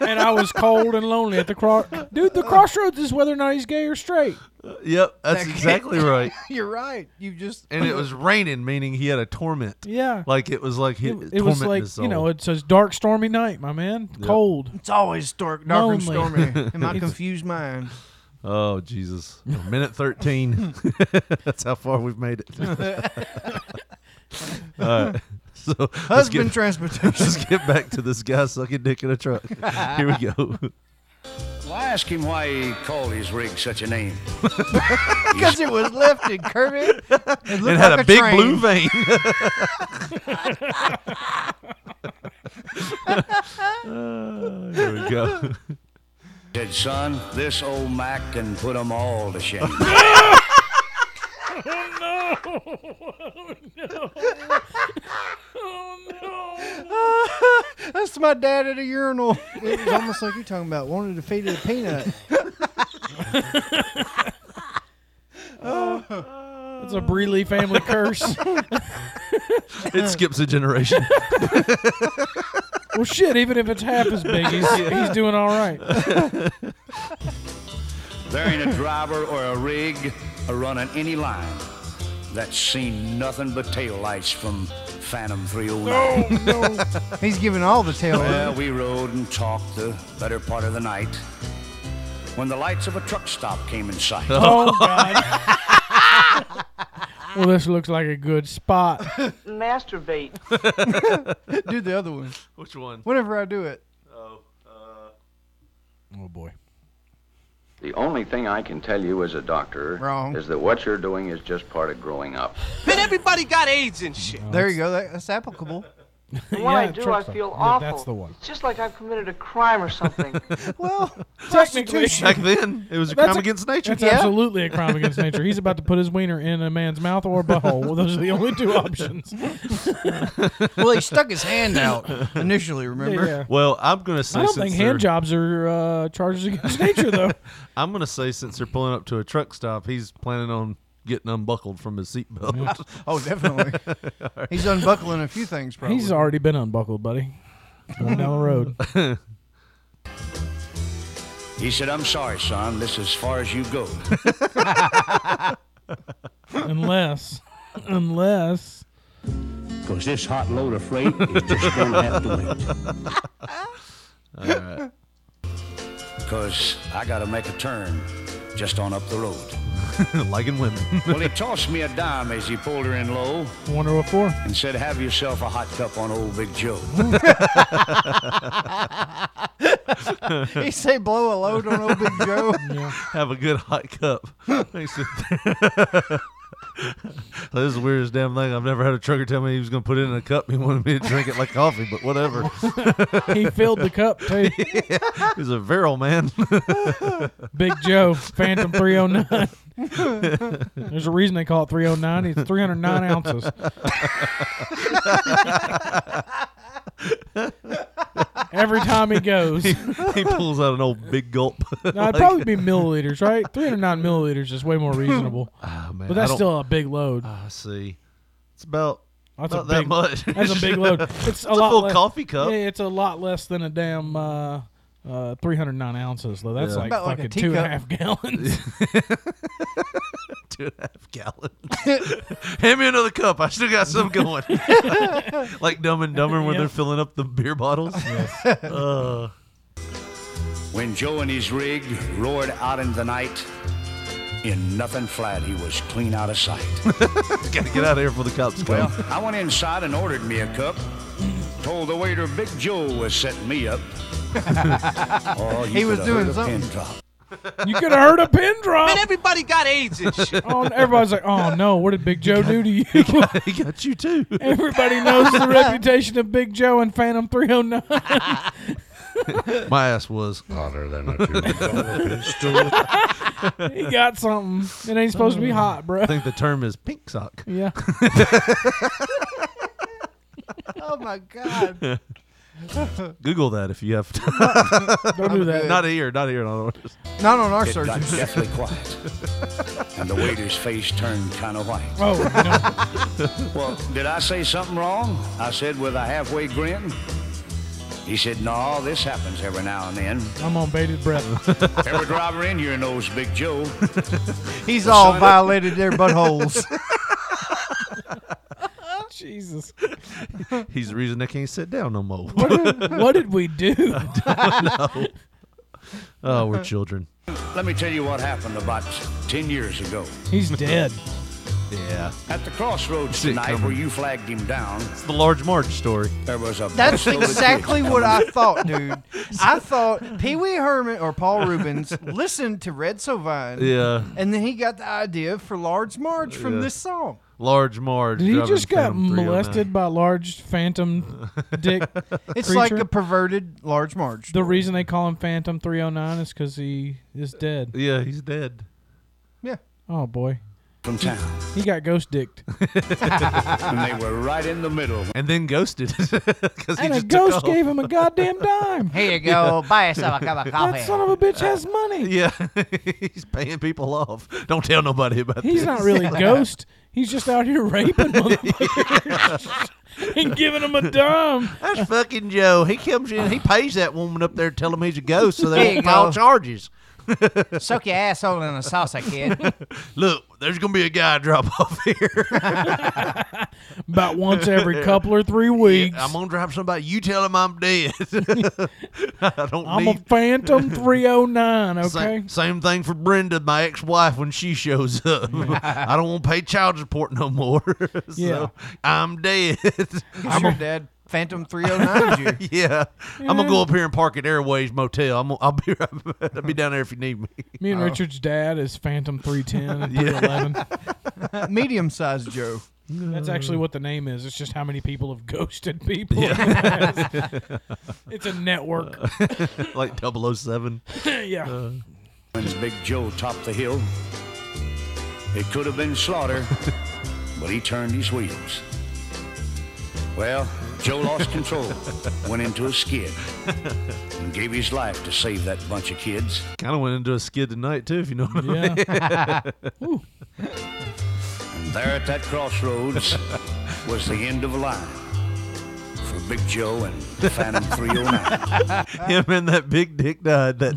and I was cold and lonely at the cross. Dude, the crossroads is whether or not he's gay or straight. yep, that's That- exactly right. You're right. You just And it was raining, meaning he had a torment. Yeah. Like it was like he, It, it was like you know, it's a dark, stormy night, my man. Cold. It's always dark, dark and Lonely. stormy in my confused mind. Oh Jesus! Minute thirteen. That's how far we've made it. All right. So let's Husband transportation. Let's get back to this guy sucking dick in a truck. Here we go. Well, I asked him why he called his rig such a name. Because it was left and curvy. It, looked It like had a, big train. blue vein. Uh, Oh, here we go. Said, son, this old Mac can put 'em all to shame. Oh no! That's my dad at a urinal. It was almost like you're talking about wanted to feed it a peanut. It's a Breeley family curse. it skips a generation. well, shit. Even if it's half as big, he's, he's doing all right. There ain't a driver or a rig a running any line that's seen nothing but taillights from Phantom 309. He's giving all the tail. Well, we rode and talked the better part of the night when the lights of a truck stop came in sight. Oh God. well, this looks like a good spot. Masturbate. do the other one. Which one? Whenever I do it. Oh boy. The only thing I can tell you as a doctor Wrong. is that what you're doing is just part of growing up. Man, everybody got AIDS and shit. There you go. That, that's applicable. When I do, I feel awful. It's just like I've committed a crime or something. well, Back then, it was a That's crime against nature. That's absolutely a crime against nature. He's about to put his wiener in a man's mouth or butthole. Well, those are the only two options. well, he stuck his hand out initially. Remember? Yeah. Well, I'm gonna say. I don't since think hand they're- jobs are uh, charges against nature, though. I'm gonna say since they're pulling up to a truck stop, he's planning on getting unbuckled from his seatbelt. Oh, definitely. He's unbuckling a few things. Probably. He's already been unbuckled, buddy. Going down the road. He said, I'm sorry, son, this is as far as you go. unless, unless. Because this hot load of freight is just going to have to wait. Alright. Because I got to make a turn just on up the road. Liking women. well, he tossed me a dime as he pulled her in low Wonder what for? and said, Have yourself a hot cup on Old Big Joe. he say blow a load on old Big Joe. Have a good hot cup. Thanks to- This is the weirdest damn thing. I've never had a trucker tell me he was going to put it in a cup. He wanted me to drink it like coffee, but whatever. He filled the cup, too. He's a virile man. Big Joe, Phantom 309. There's a reason they call it 309. It's 309 ounces. Every time he goes, he, he pulls out an old big gulp. No, it'd probably be milliliters, right? 309 milliliters is way more reasonable. Ah, man, but I that's don't- still a big load. I see. It's about, That's about a that big, much. That's a big load. It's, It's a lot full less- coffee cup. Yeah, it's a lot less than a damn uh, uh, 309 ounces, though. That's Yeah. like About like a fucking two and a teacup. half gallons. Two and a half gallons. Hand me another cup. I still got some going. like Dumb and Dumber when Yeah. they're filling up the beer bottles. Uh, When Joe and his rig roared out in the night, in nothing flat, he was clean out of sight. gotta get out of here before the cops come. Well, I went inside and ordered me a cup. Told the waiter Big Joe was setting me up. Oh, you He was coulda doing heard a something. pin drop. you could have heard a pin drop. Man, everybody got AIDS and shit. Oh, and everybody's like, oh no, what did Big Joe do to you? He got, you too. Everybody knows the reputation of Big Joe and Phantom 309. My ass was hotter than a he got something. It ain't supposed to Mm. be hot, bro. I think the term is pink sock. Yeah. oh my God. Google that if you have to. Don't do that. Not here. Not here. Not, Not on our It got searches. deathly quiet, and the waiter's face turned kind of white. Oh, well, did I say something wrong? I said with a halfway grin. He said, "No, this happens every now and then. I'm on bated breath. Every driver in here knows Big Joe. He's Well, all son, violated their buttholes. Jesus. He's the reason I can't sit down no more. What did, what did we do? I don't know. Oh, we're children. Let me tell you what happened about 10 years ago. He's dead. yeah. At the crossroads See it tonight coming. where you flagged him down, It's the large march story. there was a. That's busload of exactly kids what I coming. thought, dude. I thought Pee Wee Herman or Paul Rubens listened to Red Sovine. Yeah. And then he got the idea for Large March from Yeah. this song. Large march. Did he driving just got Phantom 309. molested by large phantom dick? It's like creature? a perverted Large March. The reason they call him Phantom 309 is because he is dead. oh Yeah, he's dead. Yeah. Oh, boy. From town. He got ghost dicked. and they were right in the middle. And then ghosted. 'Cause he and a just took ghost off. gave him a goddamn dime. Here you go. Buy yourself a cup of coffee. That son of a bitch has money. Yeah, he's paying people off. Don't tell nobody about this. He's not really ghost. He's just out here raping motherfuckers and giving them a dime. That's fucking Joe. He comes in, he pays that woman up there, tell him he's a ghost, so There they you won't file go. charges. Soak your asshole in a salsa, kid. Look, there's gonna be a guy drop off here. About once every couple or three weeks. I'm gonna drop somebody. You tell him I'm dead. I don't I'm a need. Phantom 309, okay? Sa- Same, thing for Brenda, my ex-wife, when she shows up. I don't want to pay child support no more. so Yeah. I'm dead. I'm your dad, Phantom 309 you. yeah. I'm gonna Yeah. go up here and park at Airways Motel. I'm gonna, I'll be right back. I'll be down there if you need me. Me and Richard's dad is Phantom 310 and 311. Medium sized Joe. That's actually what the name is. It's just how many people have ghosted people. it's a network. like 007. yeah. When Big Joe topped the hill, it could have been slaughter, but he turned his wheels. Well, Joe lost control, went into a skid, and gave his life to save that bunch of kids. Kind of went into a skid tonight too, if you know what Yeah. I mean. And there at that crossroads was the end of a line for Big Joe and Phantom 309. Him and that big dick died that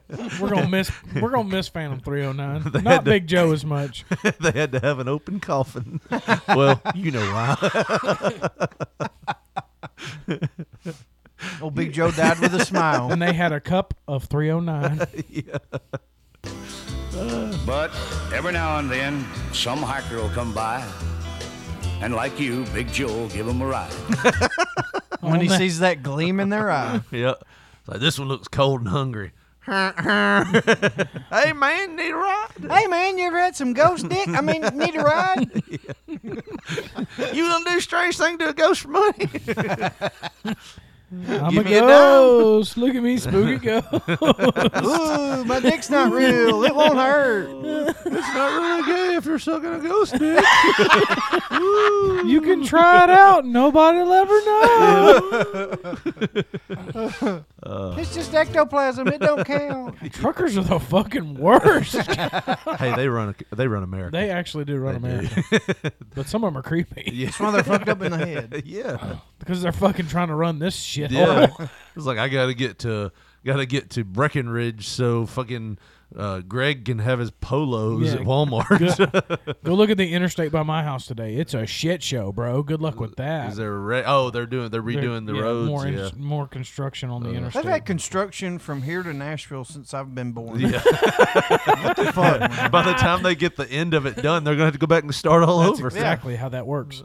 day. We're gonna miss we're gonna miss Phantom 309. They Not had to- Big Joe as much. they had to have an open coffin. well, you know why. Old Big Joe died with a smile. And they had a cup of 309. But every now and then, some hiker will come by, and like you, Big Joe will give him a ride. When he sees that gleam in their eye. yeah. Like this one looks cold and hungry. hey man, need a ride? Hey man, you ever had some ghost dick? I mean, need a ride? You don't do strange thing to a ghost for money. I'm Give a me a dime. ghost. Look at me, spooky ghost. Ooh, my dick's not real. It won't hurt. it's not really gay if you're sucking a ghost dick. you can try it out. Nobody'll ever know. It's just ectoplasm. It don't count. Truckers are the fucking worst. hey, they run they run America. they actually do run America, but some of them are creepy. That's why they're fucked up in the head. yeah. because they're fucking trying to run this shit. Oh, Yeah. hard. it's like I gotta get to gotta get to Breckenridge so fucking uh, Greg can have his polos at Yeah. Walmart. Go, go look at the interstate by my house today. It's a shit show, bro. Good luck with that. Is there a re- oh they're doing they're They're- redoing the yeah, roads More, yeah. Uh, ins- more construction on the They've interstate. had construction from here to Nashville since I've been born. Yeah. what the fuck? man? By the time they get the end of it done, they're gonna have to go back and start all That's over. exactly how that works.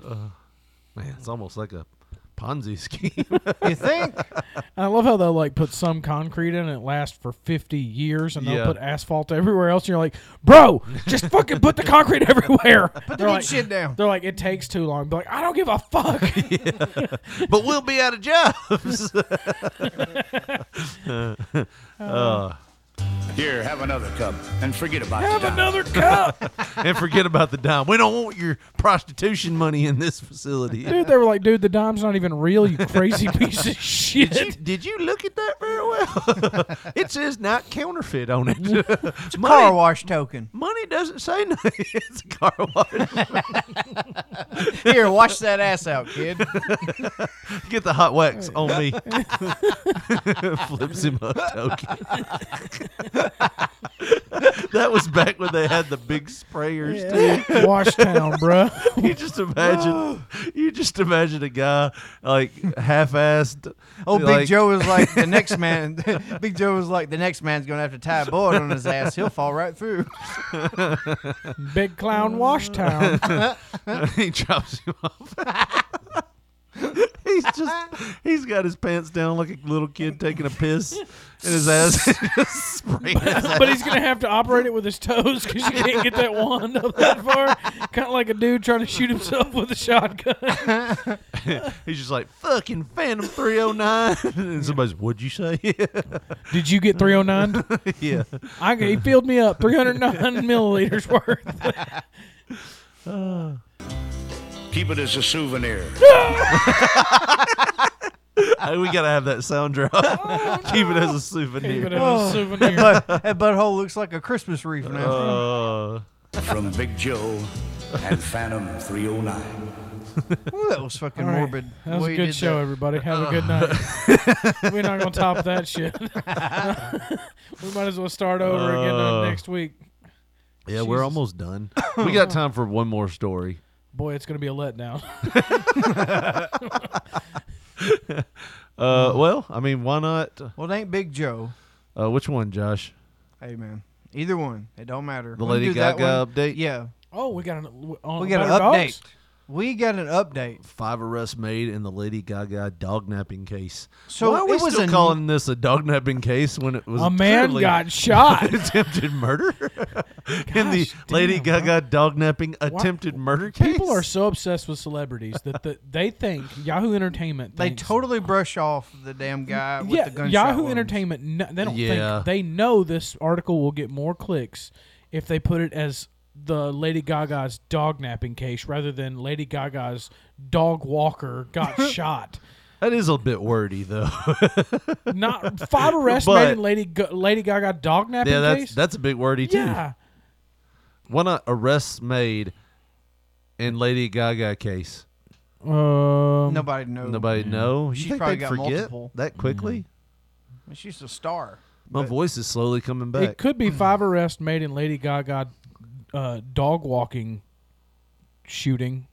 Man, it's almost like a Ponzi scheme. You think? And I love how they'll like put some concrete in and it lasts for 50 years and they'll Yeah. put asphalt everywhere else. And you're like, bro, just fucking put the concrete everywhere. Put the good shit down. They're like, it takes too long. Be like, I don't give a fuck. but we'll be out of jobs. Uh, Here, have another cup and forget about Have the dime. another cup. and forget about the dime. We don't want your prostitution money in this facility. Dude, they were like, dude, the dime's not even real, you crazy piece of shit. Did you, did you look at that very well? it says not counterfeit on it. it's money, Car wash token. Money doesn't say nothing. it's a car wash. Here, wash that ass out, kid. Get the hot wax on me. Flips him up, token. that was back when they had the big sprayers Yeah. too. Washtown, bruh. you just imagine, you just imagine a guy like half-assed. Oh, like- Big Joe was like the next man. Big Joe was like the next man's gonna have to tie a board on his ass. He'll fall right through. Big clown Washtown. he drops you off. he's just he's got his pants down like a little kid taking a piss and his ass is just spraying his but ass. he's gonna have to operate it with his toes because you can't get that wand up that far. Kind of like a dude trying to shoot himself with a shotgun. he's just like fucking Phantom 309. and somebody's, what'd you say? Did you get 309? yeah. I, he filled me up 309 milliliters worth. Keep it as a souvenir. Hey, we gotta have that sound drop. Oh, Keep it as a souvenir. Oh, That, butt, that butthole looks like a Christmas wreath now. Uh, From Big Joe and Phantom 309. Ooh, that was fucking All right. morbid. That was Way a you good did show, that. everybody. Have a good night. We're not gonna top that shit. we might as well start over again on Uh, next week. Yeah, we're Jesus. almost done. We got time for one more story. Boy, it's gonna be a letdown. uh, well, I mean, why not? Well, it ain't Big Joe. Uh, which one, Josh? Hey man, either one, it don't matter. The We can Lady do that Gaga one. update? Yeah, oh, we got an w- on we got an Better update. Dogs? We got an update. Five arrests made in the Lady Gaga dog napping case. So why are we it was still a- calling this a dog napping case when it was A man clearly got shot. attempted murder in the Lady Gaga dog napping attempted murder case? People are so obsessed with celebrities that the, they think Yahoo Entertainment. They thinks- totally brush off the damn guy with yeah, the gunshot. Yahoo wound. Entertainment. No, they don't Yeah. think they know this article will get more clicks if they put it as the Lady Gaga's dog napping case rather than Lady Gaga's dog walker got shot. That is a bit wordy though. Not five arrests made But- in Lady Ga- Lady Gaga dog napping yeah, that's case. that's a bit wordy too. yeah, Why not arrests made in Lady Gaga case? um, Nobody knows. Nobody know. You Mm-hmm. She's think probably they'd got forget multiple. Mm-hmm. that quickly? I mean, She's a star. My voice is slowly coming back. It could be five arrests made in Lady Gaga uh, dog walking shooting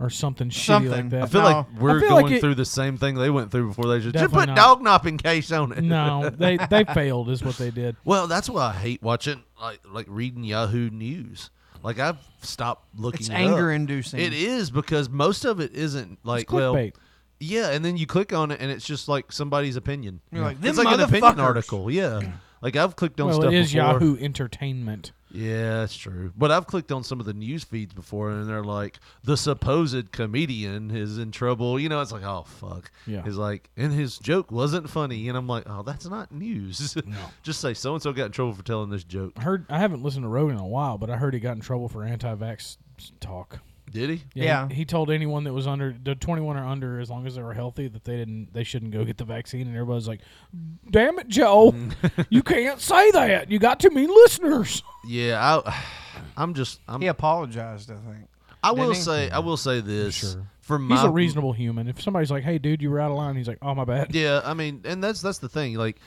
or something shitty like Something. that. I feel like No. we're I feel going like it- through the same thing they went through before they just, just Definitely put not. dog napping case on it. No, they they failed is what they did. Well, that's why I hate watching like like reading Yahoo News. Like I've stopped looking. It's it up. anger-inducing. It is because most of it isn't like well, clickbait. yeah, and then you click on it and it's just like somebody's opinion. You're like, it's "Them like an opinion motherfuckers." article. Yeah, like I've clicked on Well, stuff. it is before. Yahoo Entertainment. Yeah, that's true. But I've clicked on some of the news feeds before, and they're like, the supposed comedian is in trouble. You know, it's like, oh fuck. Yeah. It's like, and his joke wasn't funny, and I'm like, oh, that's not news. Just say so and so got in trouble for telling this joke. I heard I haven't listened to Rogan in a while, but I heard he got in trouble for anti-vax talk. Did he? Yeah, he, he told anyone that was under the 21 or under, as long as they were healthy, that they didn't they shouldn't go get the vaccine. And everybody's like, "Damn it, Joe, you can't say that. You got too many listeners." Yeah, I, I'm just. I'm, He apologized. I think. I will Didn't he? say. I will say this. For my, He's a reasonable human. If somebody's like, "Hey, dude, you were out of line," he's like, "Oh, my bad." Yeah, I mean, and that's that's the thing. Like,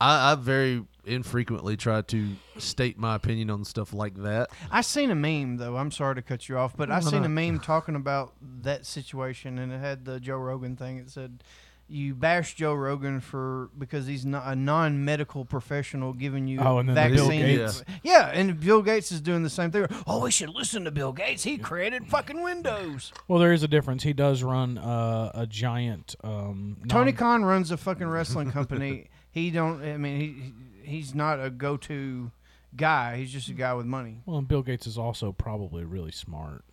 I, I very infrequently try to state my opinion on stuff like that. I seen a meme though. I'm sorry to cut you off, but I No, seen no. a meme talking about that situation, and it had the Joe Rogan thing. It said, "You bash Joe Rogan for because he's not a non-medical professional giving you Oh, and then the Bill vaccines." Gates. Yeah, and Bill Gates is doing the same thing. Oh, we should listen to Bill Gates. He created fucking Windows. Well, there is a difference. He does run uh, a giant. Um, Tony non- Khan runs a fucking wrestling company. he don't. I mean, he he's not a go-to guy. He's just a guy with money. well, and Bill Gates is also probably really smart.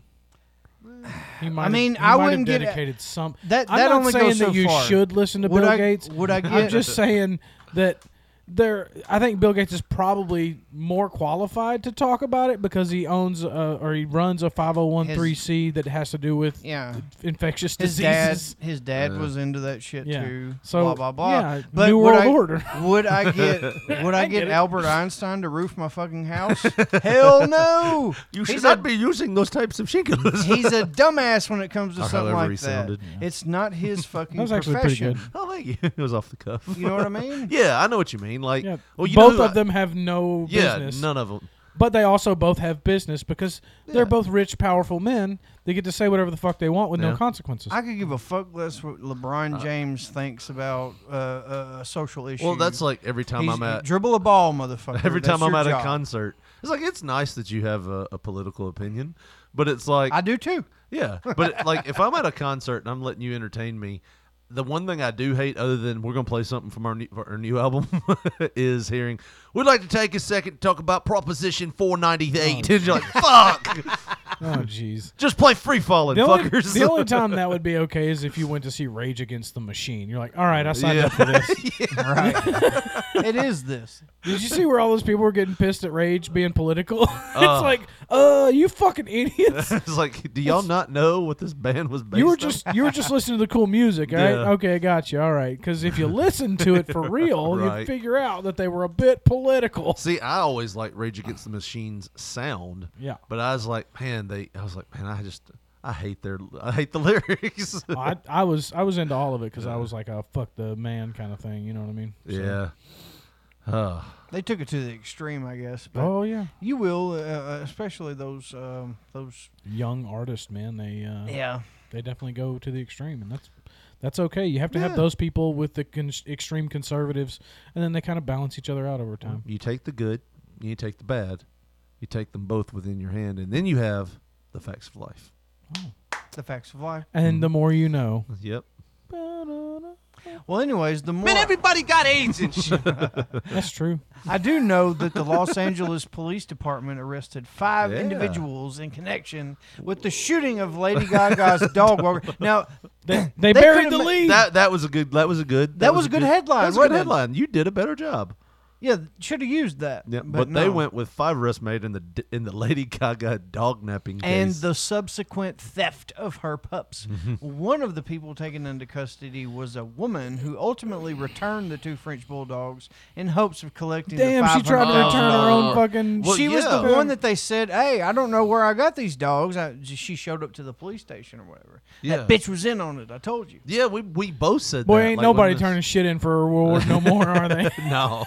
He might I have- mean, he I might have wouldn't get dedicated some. That I'm that not only saying goes that so you far. should listen to Would Bill I- Gates. Would I get? I'm just saying that there. I think Bill Gates is probably more qualified to talk about it because he owns uh or he runs a 501c that has to do with Yeah. infectious his dad, diseases. his dad Yeah. was into that shit Yeah. too. So, blah blah blah. yeah, New would World I, Order. Would I get? Would I, I get, get it. Albert Einstein to roof my fucking house? Hell no! You He's should a- not be using those types of shingles. He's a dumbass when it comes to Or something however he like that. sounded. It's not his fucking was actually pretty profession. good. Oh, thank you. It was off the cuff. You know what I mean? yeah, I know what you mean. mean? Like, Yeah. well, you know both who of I- them have no Yeah, business. none of 'em. But they also both have business because they're both rich, powerful men. They get to say whatever the fuck they want with no consequences. I could give a fuck less what LeBron James thinks about uh, uh, a social issue. Uh. Well, that's like every time He's- I'm at dribble a ball, motherfucker. Every That's time I'm your at job. a concert, it's like it's nice that you have a, a political opinion, but it's like I do too. Yeah, but like if I'm at a concert and I'm letting you entertain me, the one thing I do hate, other than we're gonna play something from our new, our new album, is hearing we'd like to take a second to talk about Proposition 498. And you're like, fuck. Oh, jeez. Just play free falling, The only, fuckers. the only time that would be okay is if you went to see Rage Against the Machine. You're like, all right, I signed Yeah. up for this. it is this. Did you see where all those people were getting pissed at Rage being political? it's Uh. like, uh, you fucking idiots. it's like, do y'all not know what this band was based You were on? just you were just listening to the cool music, all right? Yeah. Okay, I got you. All right, because if you listen to it for real, Right. you'd figure out that they were a bit political. See, I always like Rage Against the Machine's sound. Yeah. But I was like, man, they. I was like, man, I just, I hate their, I hate the lyrics. Well, I, I was I was into all of it because I was like a fuck the man kind of thing. You know what I mean? So- yeah. Huh. They took it to the extreme, I guess. But Oh, yeah. you will, uh, uh, especially those um, those young artists, man. They uh, Yeah. they definitely go to the extreme, and that's that's okay. You have to have Yeah. those people with the con- extreme conservatives, and then they kind of balance each other out over time. You take the good, you take the bad, you take them both within your hand, and then you have the facts of life. the facts of life. Mm. And the more you know. Yep. Well, anyways, the more Man, everybody got AIDS and shit. That's true. I do know that the Los Angeles Police Department arrested five Yeah. individuals in connection with the shooting of Lady Gaga's dog walker. Now they, could've ma- That that was a good. That was a good. That was a good headline, That was a good wasn't it? headline. You did a better job. yeah, should have used that. Yeah, but, they no. went with five arrests made in the d- in the Lady Gaga dog napping case. Mm-hmm. and the subsequent theft of her pups. One of the people taken into custody was a woman who ultimately returned the two French bulldogs in hopes of collecting. the Damn, she tried to $500. return her own fucking- she Well, was the yeah. one that they said, "Hey, I don't know where I got these dogs." I, she showed up to the police station or whatever. Yeah. That bitch was in on it. I told you. yeah, we we both said Boy, that. ain't like, nobody when the- turning shit in for a reward no more, are they? no,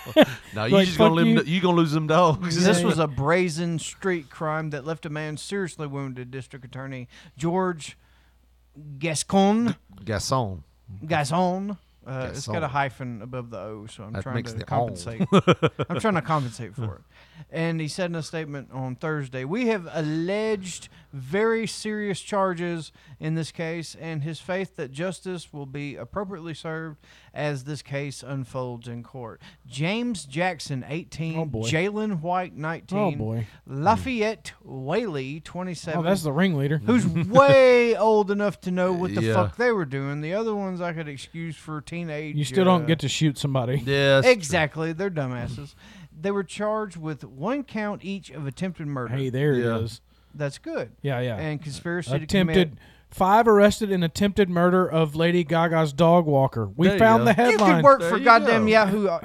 no, you Like, just gonna fuck leave you. them, you gonna lose them dogs. This was a brazen street crime that left a man seriously wounded. District Attorney George Gascon. Gasson. Gazon. Uh, it's got a Gazon. hyphen above the O, so I'm That trying makes to the compensate. O. I'm trying to compensate for it. And he said in a statement on Thursday, "We have alleged very serious charges in this case, and his faith that justice will be appropriately served as this case unfolds in court." James Jackson, 18, Oh, boy. Jalen White, 19, Oh, boy. Lafayette Whaley, 27. Oh, that's the ringleader. Who's way old enough to know what the Yeah. fuck they were doing. The other ones I could excuse for teenage. You still uh, don't get to shoot somebody. exactly. They're dumbasses. they were charged with one count each of attempted murder. Hey, there yeah. it is. That's good. Yeah, yeah. And conspiracy to attempted commit. five arrested in attempted murder of Lady Gaga's dog walker. We There you found go. the You could headline. You could work There for you goddamn go. Yahoo uh,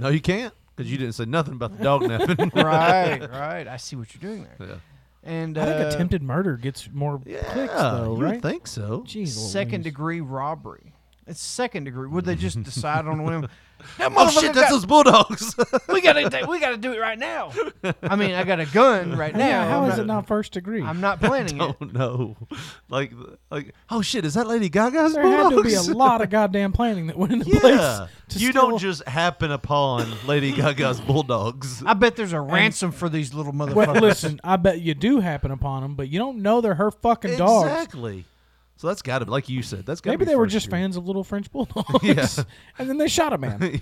No, you can't because you didn't say nothing about the dog napping. right, right. I see what you're doing there. Yeah. And I think uh, attempted murder gets more clicks, though, you would right? think so. Jeez, Louise. second degree robbery. It's second degree. Would they just decide on a whim? That Oh, shit, that's motherfucker got- those Bulldogs. we gotta ta- we gotta do it right now. I mean, I got a gun right now. Yeah, how I'm is it not first degree? I'm not planning it. Oh no! Like, like, oh shit! Is that Lady Gaga's There had to be a Bulldogs? lot of goddamn planning that went into Yeah, place. to you still- don't just happen upon Lady Gaga's Bulldogs. I bet there's a ransom for these little Well, motherfuckers. listen, I bet you do happen upon them, but you don't know they're her fucking dogs. Exactly. So that's got to, like you said, that's got. Maybe they were just fans of little French bulldogs, Yeah. and then they shot a man,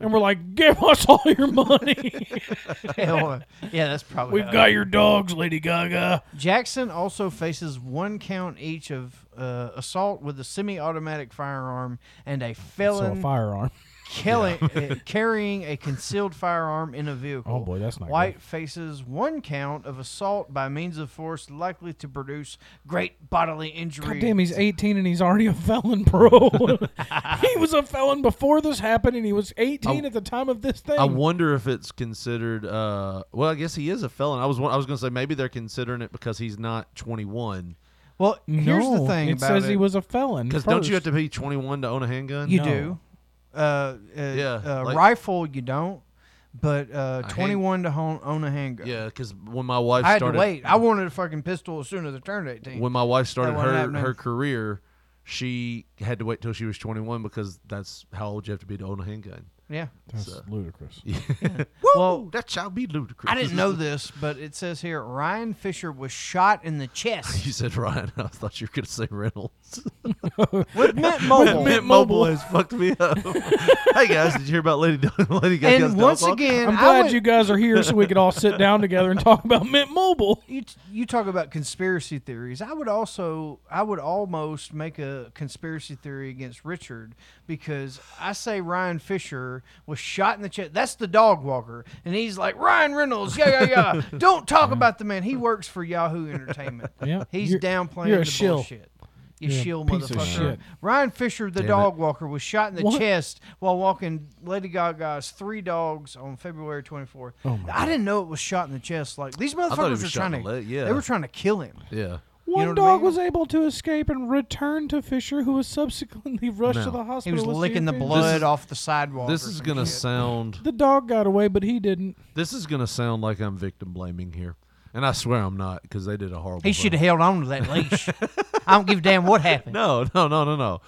and we're like, "Give us all your money." Hell, yeah, that's probably. We've how it got is. your dogs, Lady Gaga. Jackson also faces one count each of uh, assault with a semi-automatic firearm and a felon so a firearm. Kelly, uh, carrying a concealed firearm in a vehicle. Oh, boy, that's not White faces one count of assault by means of force likely to produce great bodily injury. God damn, he's 18 and he's already a felon, bro. he was a felon before this happened, and he was 18 at the time of this thing. I wonder if it's considered. Uh, well, I guess he is a felon. I was. wa- I was going to say maybe they're considering it because he's not 21. Well, here's the No, thing it about says it. he was a felon. Because Because don't you have to be 21 to own a handgun? You do. uh, uh, uh, like- rifle you don't, but uh, A hand- 21 to hon- own a handgun. Yeah, because when my wife I had started to wait. I wanted a fucking pistol as soon as I turned 18. when my wife started That wasn't her happening. her career, she had to wait till she was 21 because that's how old you have to be to own a handgun. Yeah. That's ludicrous. Well, that shall be ludicrous. I didn't know this, but it says here Ryan Fisher was shot in the chest. You said Ryan. I thought you were going to say Reynolds. With Mint Mobile. Mint Mobile has fucked me up. hey guys, did you hear about Lady Lady Gaga's And once downfall? again, I'm I glad would- you guys are here so we could all sit down together and talk about Mint Mobile. You, you talk about conspiracy theories. I would also, I would almost make a conspiracy theory against Richard because I say Ryan Fisher was shot in the chest. That's the dog walker. And he's like, Ryan Reynolds, yeah, yeah, yeah. Don't talk about the man. He works for Yahoo Entertainment. Yeah. He's You're- downplaying you're a the shill. bullshit. You You're a shill piece of motherfucker. shit. Ryan Fisher, the Damn it. dog walker, was shot in the What? chest while walking Lady Gaga's three dogs on February 24th. Oh my I didn't know it was shot in the chest. Like these I thought he motherfuckers was were shot in trying the to, leg, yeah. they were trying to kill him. yeah. One what I dog was able to escape and return to Fisher, who was subsequently rushed No. to the He hospital. He was with licking the CFD. blood off the sidewalk. This or is some going to shit. sound The dog got away, but he didn't. This is going to sound like I'm victim blaming here. And I swear I'm not because they did a horrible He job. should have held on to that leash. I don't give a damn what happened. No, no, no, no, no.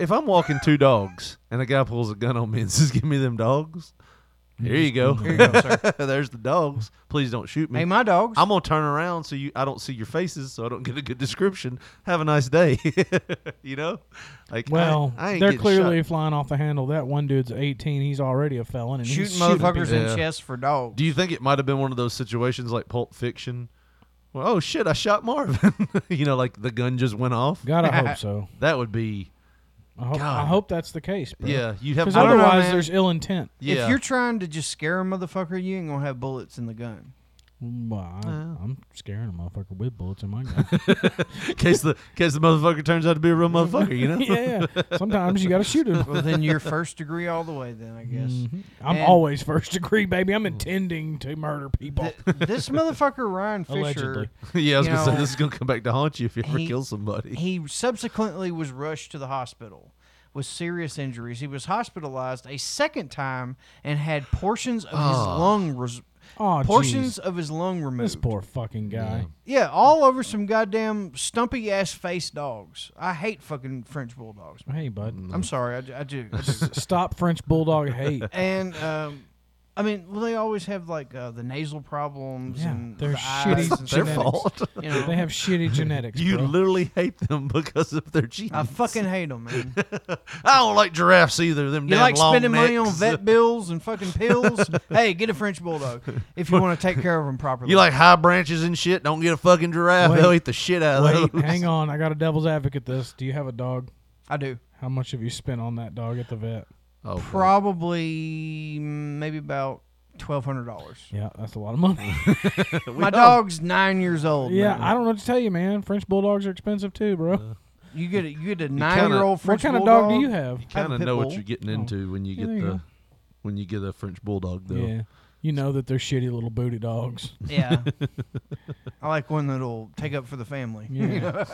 If I'm walking two dogs and a guy pulls a gun on me and says, Give me them dogs, here you go. Here you go, sir. There's the dogs. Please don't shoot me. Hey, my dogs. I'm going to turn around so you I don't see your faces so I don't get a good description. Have a nice day. you know? Like I- Well, I, ain't they're getting clearly flying off the handle. That one dude's 18. He's already a felon. And he's Shooting motherfuckers people. in the chest for dogs. shot. Do you think it might have been one of those situations like Pulp Fiction? Well, oh shit, I shot Marvin. you know, like the gun just went off. God, I hope so. That would be I hope, I God. hope that's the case. Bro. Yeah, you'd have 'Cause no- I don't know, otherwise man. there's ill intent. Yeah. If you're trying to just scare a motherfucker, you ain't gonna have bullets in the gun. Well, I, I'm scaring a motherfucker with bullets in my gun. in case the in case the motherfucker turns out to be a real motherfucker, you know? yeah, yeah. Sometimes you got to shoot him. Well, then you're first degree all the way. Then I guess. Mm-hmm. Mhm. I'm And- always first degree, baby. I'm intending to murder people. this motherfucker Ryan Fisher. Allegedly. yeah, I was you gonna say know, this is gonna come back to haunt you if you ever he- kill somebody. He subsequently was rushed to the hospital with serious injuries. He was hospitalized a second time and had portions of his Oh. lung res- Oh, portions jeez. of his lung removed. This poor fucking guy. Yeah, all over some goddamn stumpy ass face dogs. I hate fucking French bulldogs. man. Hey, bud. I'm sorry, I, do- I do. I do. Stop French bulldog hate. and um, I mean, well, they always have like uh, the nasal problems Yeah, and they're the eyes shitty and That's their genetics, fault. You know, They have shitty genetics. you bro. literally hate them because of their genes. I fucking hate them, man. I don't like giraffes either. Them You damn like long spending money on necks. vet bills and fucking pills? hey, get a French bulldog if you want to take care of them properly. You like high branches and shit. Don't get a fucking giraffe. They'll Wait. eat the shit out Wait, of those. hang on. I got a devil's advocate. This. Do you have a dog? I do. How much have you spent on that dog at the vet? Oh, probably mm, maybe about twelve hundred dollars. Yeah, that's a lot of money. My dog's nine years old. yeah, man. I don't know what to tell you, man. French bulldogs are expensive too, bro. you get a, you get a nine year old what French kind of bulldog. dog do you have? You kind of know what you're getting Oh. into when you Yeah, get there you the go. when you get a French bulldog though. Yeah, you know that they're shitty little booty dogs. Yeah, I like one that'll take up for the family. You know?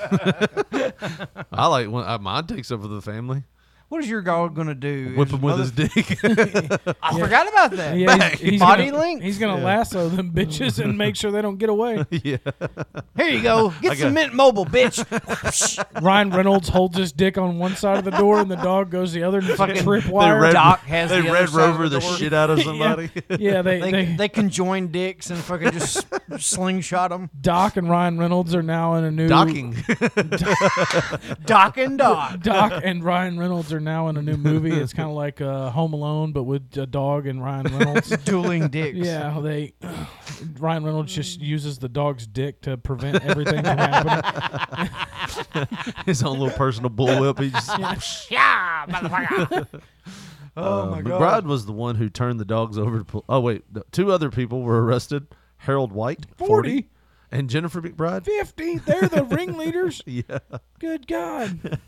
I like when I, mine takes up for the family. what is your dog gonna do? Whip Is him with his mother- dick. I forgot about that. Yeah, he's, he's Body gonna, length. He's gonna lasso them bitches and make sure they don't get away. yeah. Here you go. Get I some got- mint mobile, bitch. Ryan Reynolds holds his dick on one side of the door, and the dog goes the other. And it's a Fucking trip They wire. red, Doc has they the other red side of rover the the, door. shit out of Yeah. somebody. yeah, they, they, they they can join dicks and fucking just slingshot them. Doc and Ryan Reynolds are now in a new Docking. Doc and Doc. Doc and Ryan Reynolds are now in a new movie. It's kind of like uh, Home Alone, but with a dog and Ryan Reynolds. Dueling dicks. yeah, they. Ryan Reynolds just uses the dog's dick to prevent everything from happening. His own little personal bullwhip. He just, Yeah, motherfucker. oh Uh, my McBride god. was the one who turned the dogs over to. Pol- oh wait, no, two other people were arrested: Harold White, 40, 40. and Jennifer McBride. Fifty. They're the ringleaders. Yeah, Good God.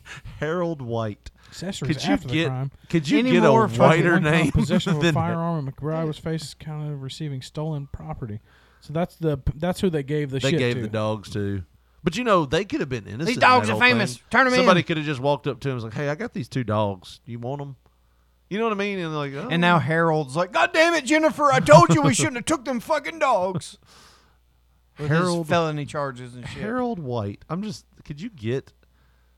Harold White. Accessories Could you after the get? crime. Could you Any get a more fucking whiter One count name Possession of a than firearm, and McBride was faced kind of receiving stolen property. So that's the that's who they gave the they shit gave to. the dogs to? But you know they could have been innocent. in dogs that are whole famous. thing. Turn 'em in. Somebody could have just walked up to him and was like, "Hey, I got these two dogs. You want them?" You know what I mean? And like, oh. And now Harold's like, God damn it, Jennifer! I told you we shouldn't have took them fucking dogs. With his Harold- felony charges and shit. Harold White. I'm just. Could you get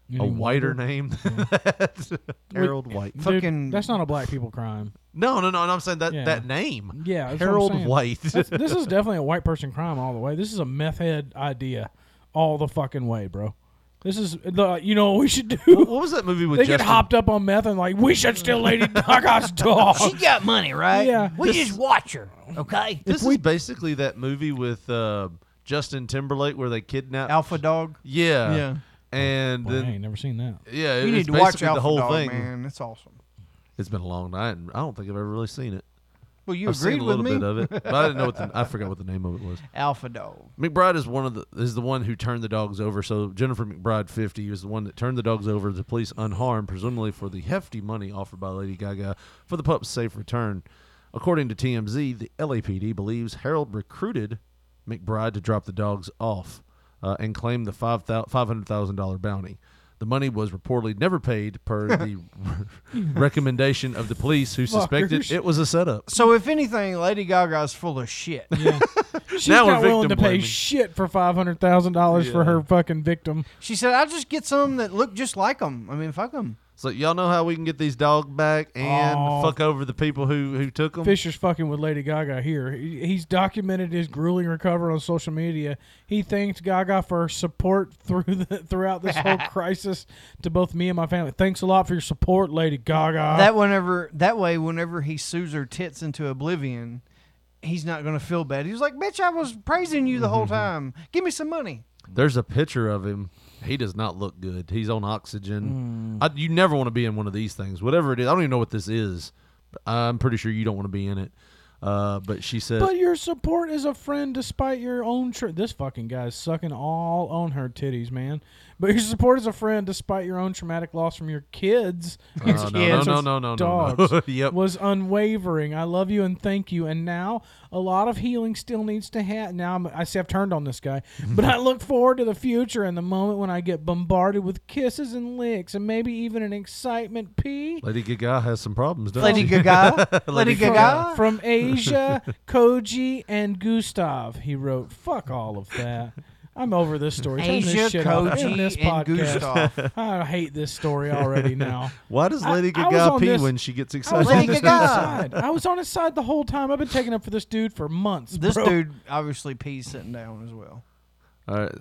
You a need whiter whiter? name than Mm-hmm. that? Harold Dude, White. dude, Fucking. That's not a black people crime. No, no, no. And I'm saying that Yeah. that name. Yeah, that's what I'm Harold saying. White. That's- this is definitely a white person crime all the way. This is a meth head idea, all the fucking way, bro. This is the you know what we should do. What was that movie with They get Justin- hopped up on meth and like we should steal Lady Gaga's dog. She got money, right? Yeah, We just watch her, okay? This is basically that movie with uh, Justin Timberlake where they kidnap Alpha Dog. Yeah, Yeah. And Boy, then I ain't never seen that. Yeah, it- you need it's to watch basically out the whole Dog, thing. man. It's awesome. It's been a long night, and I don't think I've ever really seen it. Well, you I've seen agreed a with little me. bit of it, but I didn't know what the, I forgot what the name of it was. Alpha Dog. McBride is one of the is the one who turned the dogs over. So Jennifer McBride, fifty, is the one that turned the dogs over to police unharmed, presumably for the hefty money offered by Lady Gaga for the pup's safe return. According to TMZ, the LAPD believes Harold recruited McBride to drop the dogs off uh, and claim the five hundred thousand dollar bounty. The money was reportedly never paid, per the recommendation of the police, who suspected Fuckers. it was a setup. So if anything, Lady Gaga's full of shit. She's Now we're not willing to victim pay blaming. shit for five hundred thousand dollars for Yeah. her fucking victim. She said, "I'll just get some that look just like them. I mean, fuck them." So y'all know how we can get these dog back and Aw. fuck over the people who who took them. Fisher's fucking with Lady Gaga here. He- He's documented his grueling recovery on social media. He thanked Gaga for her support through the, throughout this whole crisis to both me and my family. Thanks a lot for your support, Lady Gaga. that whenever that way, whenever he sues her tits into oblivion, he's not gonna feel bad. He's like, "Bitch, I was praising you the whole time. Give me some money." There's a picture of him. He does not look good. He's on oxygen. Hmm. I, you never want to be in one of these things, whatever it is. I don't even know what this is. but I'm pretty sure you don't want to be in it. Uh, but she said, but your support is a friend despite your own. Tra- this fucking guy is sucking all on her titties, man. But your support is a friend despite your own traumatic loss from your kids. Oh, no, no, Kids. no, no, no, no, no. Dogs. Yep. was unwavering. I love you and thank you. And now a lot of healing still needs to happen. Now I'm, I see I've turned on this guy, but I look forward to the future and the moment when I get bombarded with kisses and licks and maybe even an excitement pee. Lady Gaga has some problems, doesn't Lady she? Gaga? Lady from, Gaga? from Asia, Koji and Gustav. He wrote, "Fuck all of that." I'm over this story. Turn Asia, this shit off. Koji, End this and podcast. Gustav. I hate this story already now. Why does I- Lady I was Gaga on pee this- when she gets I was excited? on this dude's side. I was on his side the whole time. I've been taking up for this dude for months. This bro. dude obviously pees sitting down as well. All right.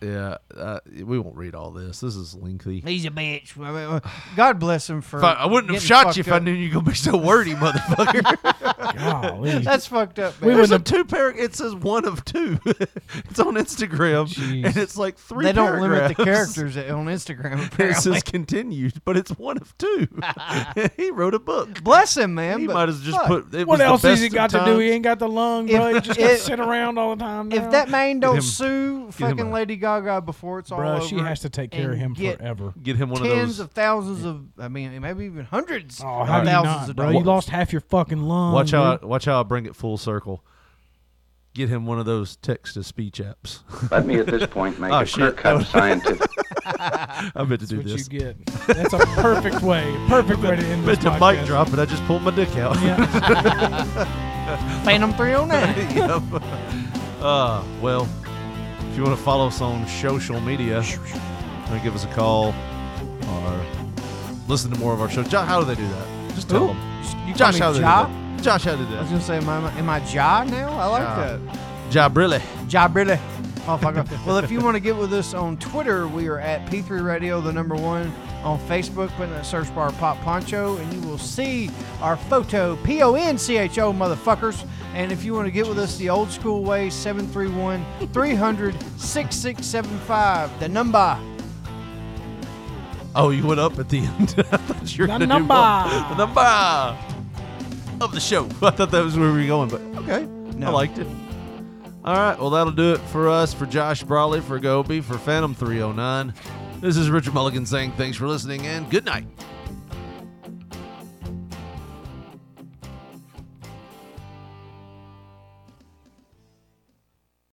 Yeah, uh, we won't read all this. This is lengthy. He's a bitch. I mean, uh, God bless him for. If I, I wouldn't have getting shot you if fucked I up. knew you were gonna be so wordy, motherfucker. Golly. That's fucked up, man. We There's a two paragraph. It says one of two. it's on Instagram, and it's like three. They don't limit the paragraphs. characters on Instagram. It Apparently. says continued, but it's one of two. he wrote a book. Bless him, man. He but might have just fuck. put. It what was the else has best he of got to do? times. He ain't got the lung, bro. he If- just if- sit around all the time. now. If that man Get don't him- sue get him fucking a- Lady Gaga before it's all Bruh, over, she has to take care of and him get forever. Get him one of tens those. of thousands of, I mean, maybe even hundreds oh, of how do thousands you not, of bro? dollars. You lost half your fucking lung. watch dude. how I, watch how I bring it full circle. Get him one of those text to speech apps. Let me at this point make Oh, a shit. clear-cut That was- scientific- I meant to do what you this. get. That's a perfect way. Perfect way to end Meant this to podcast. mic drop, and I just pulled my dick out. Phantom 309. yep. Uh, well, if you want to follow us on social media, uh, give us a call or listen to more of our show. Jo- how do they do that? Just tell Who? them. You call Josh, me how do they do Ja? that? Josh, how do they I do was that? gonna say, am I, am I Ja now? I like Ja. that. Jabrilli. Job really. Motherfucker. well, if you want to get with us on Twitter, we are at P3 Radio, the number one. On Facebook, put in that search bar Pop Poncho, and you will see our photo, P O N C H O, motherfuckers. And if you want to get with us the old school way, 731 300 6675, the number. Oh, you went up at the end. I thought you were gonna The do number. one. The number of the show. I thought that was where we were going, but okay. I liked it. All right, well, that'll do it for us, for Josh Brawley, oh for Gobi, for Phantom 309. This is Richard Mulligan saying thanks for listening and good night.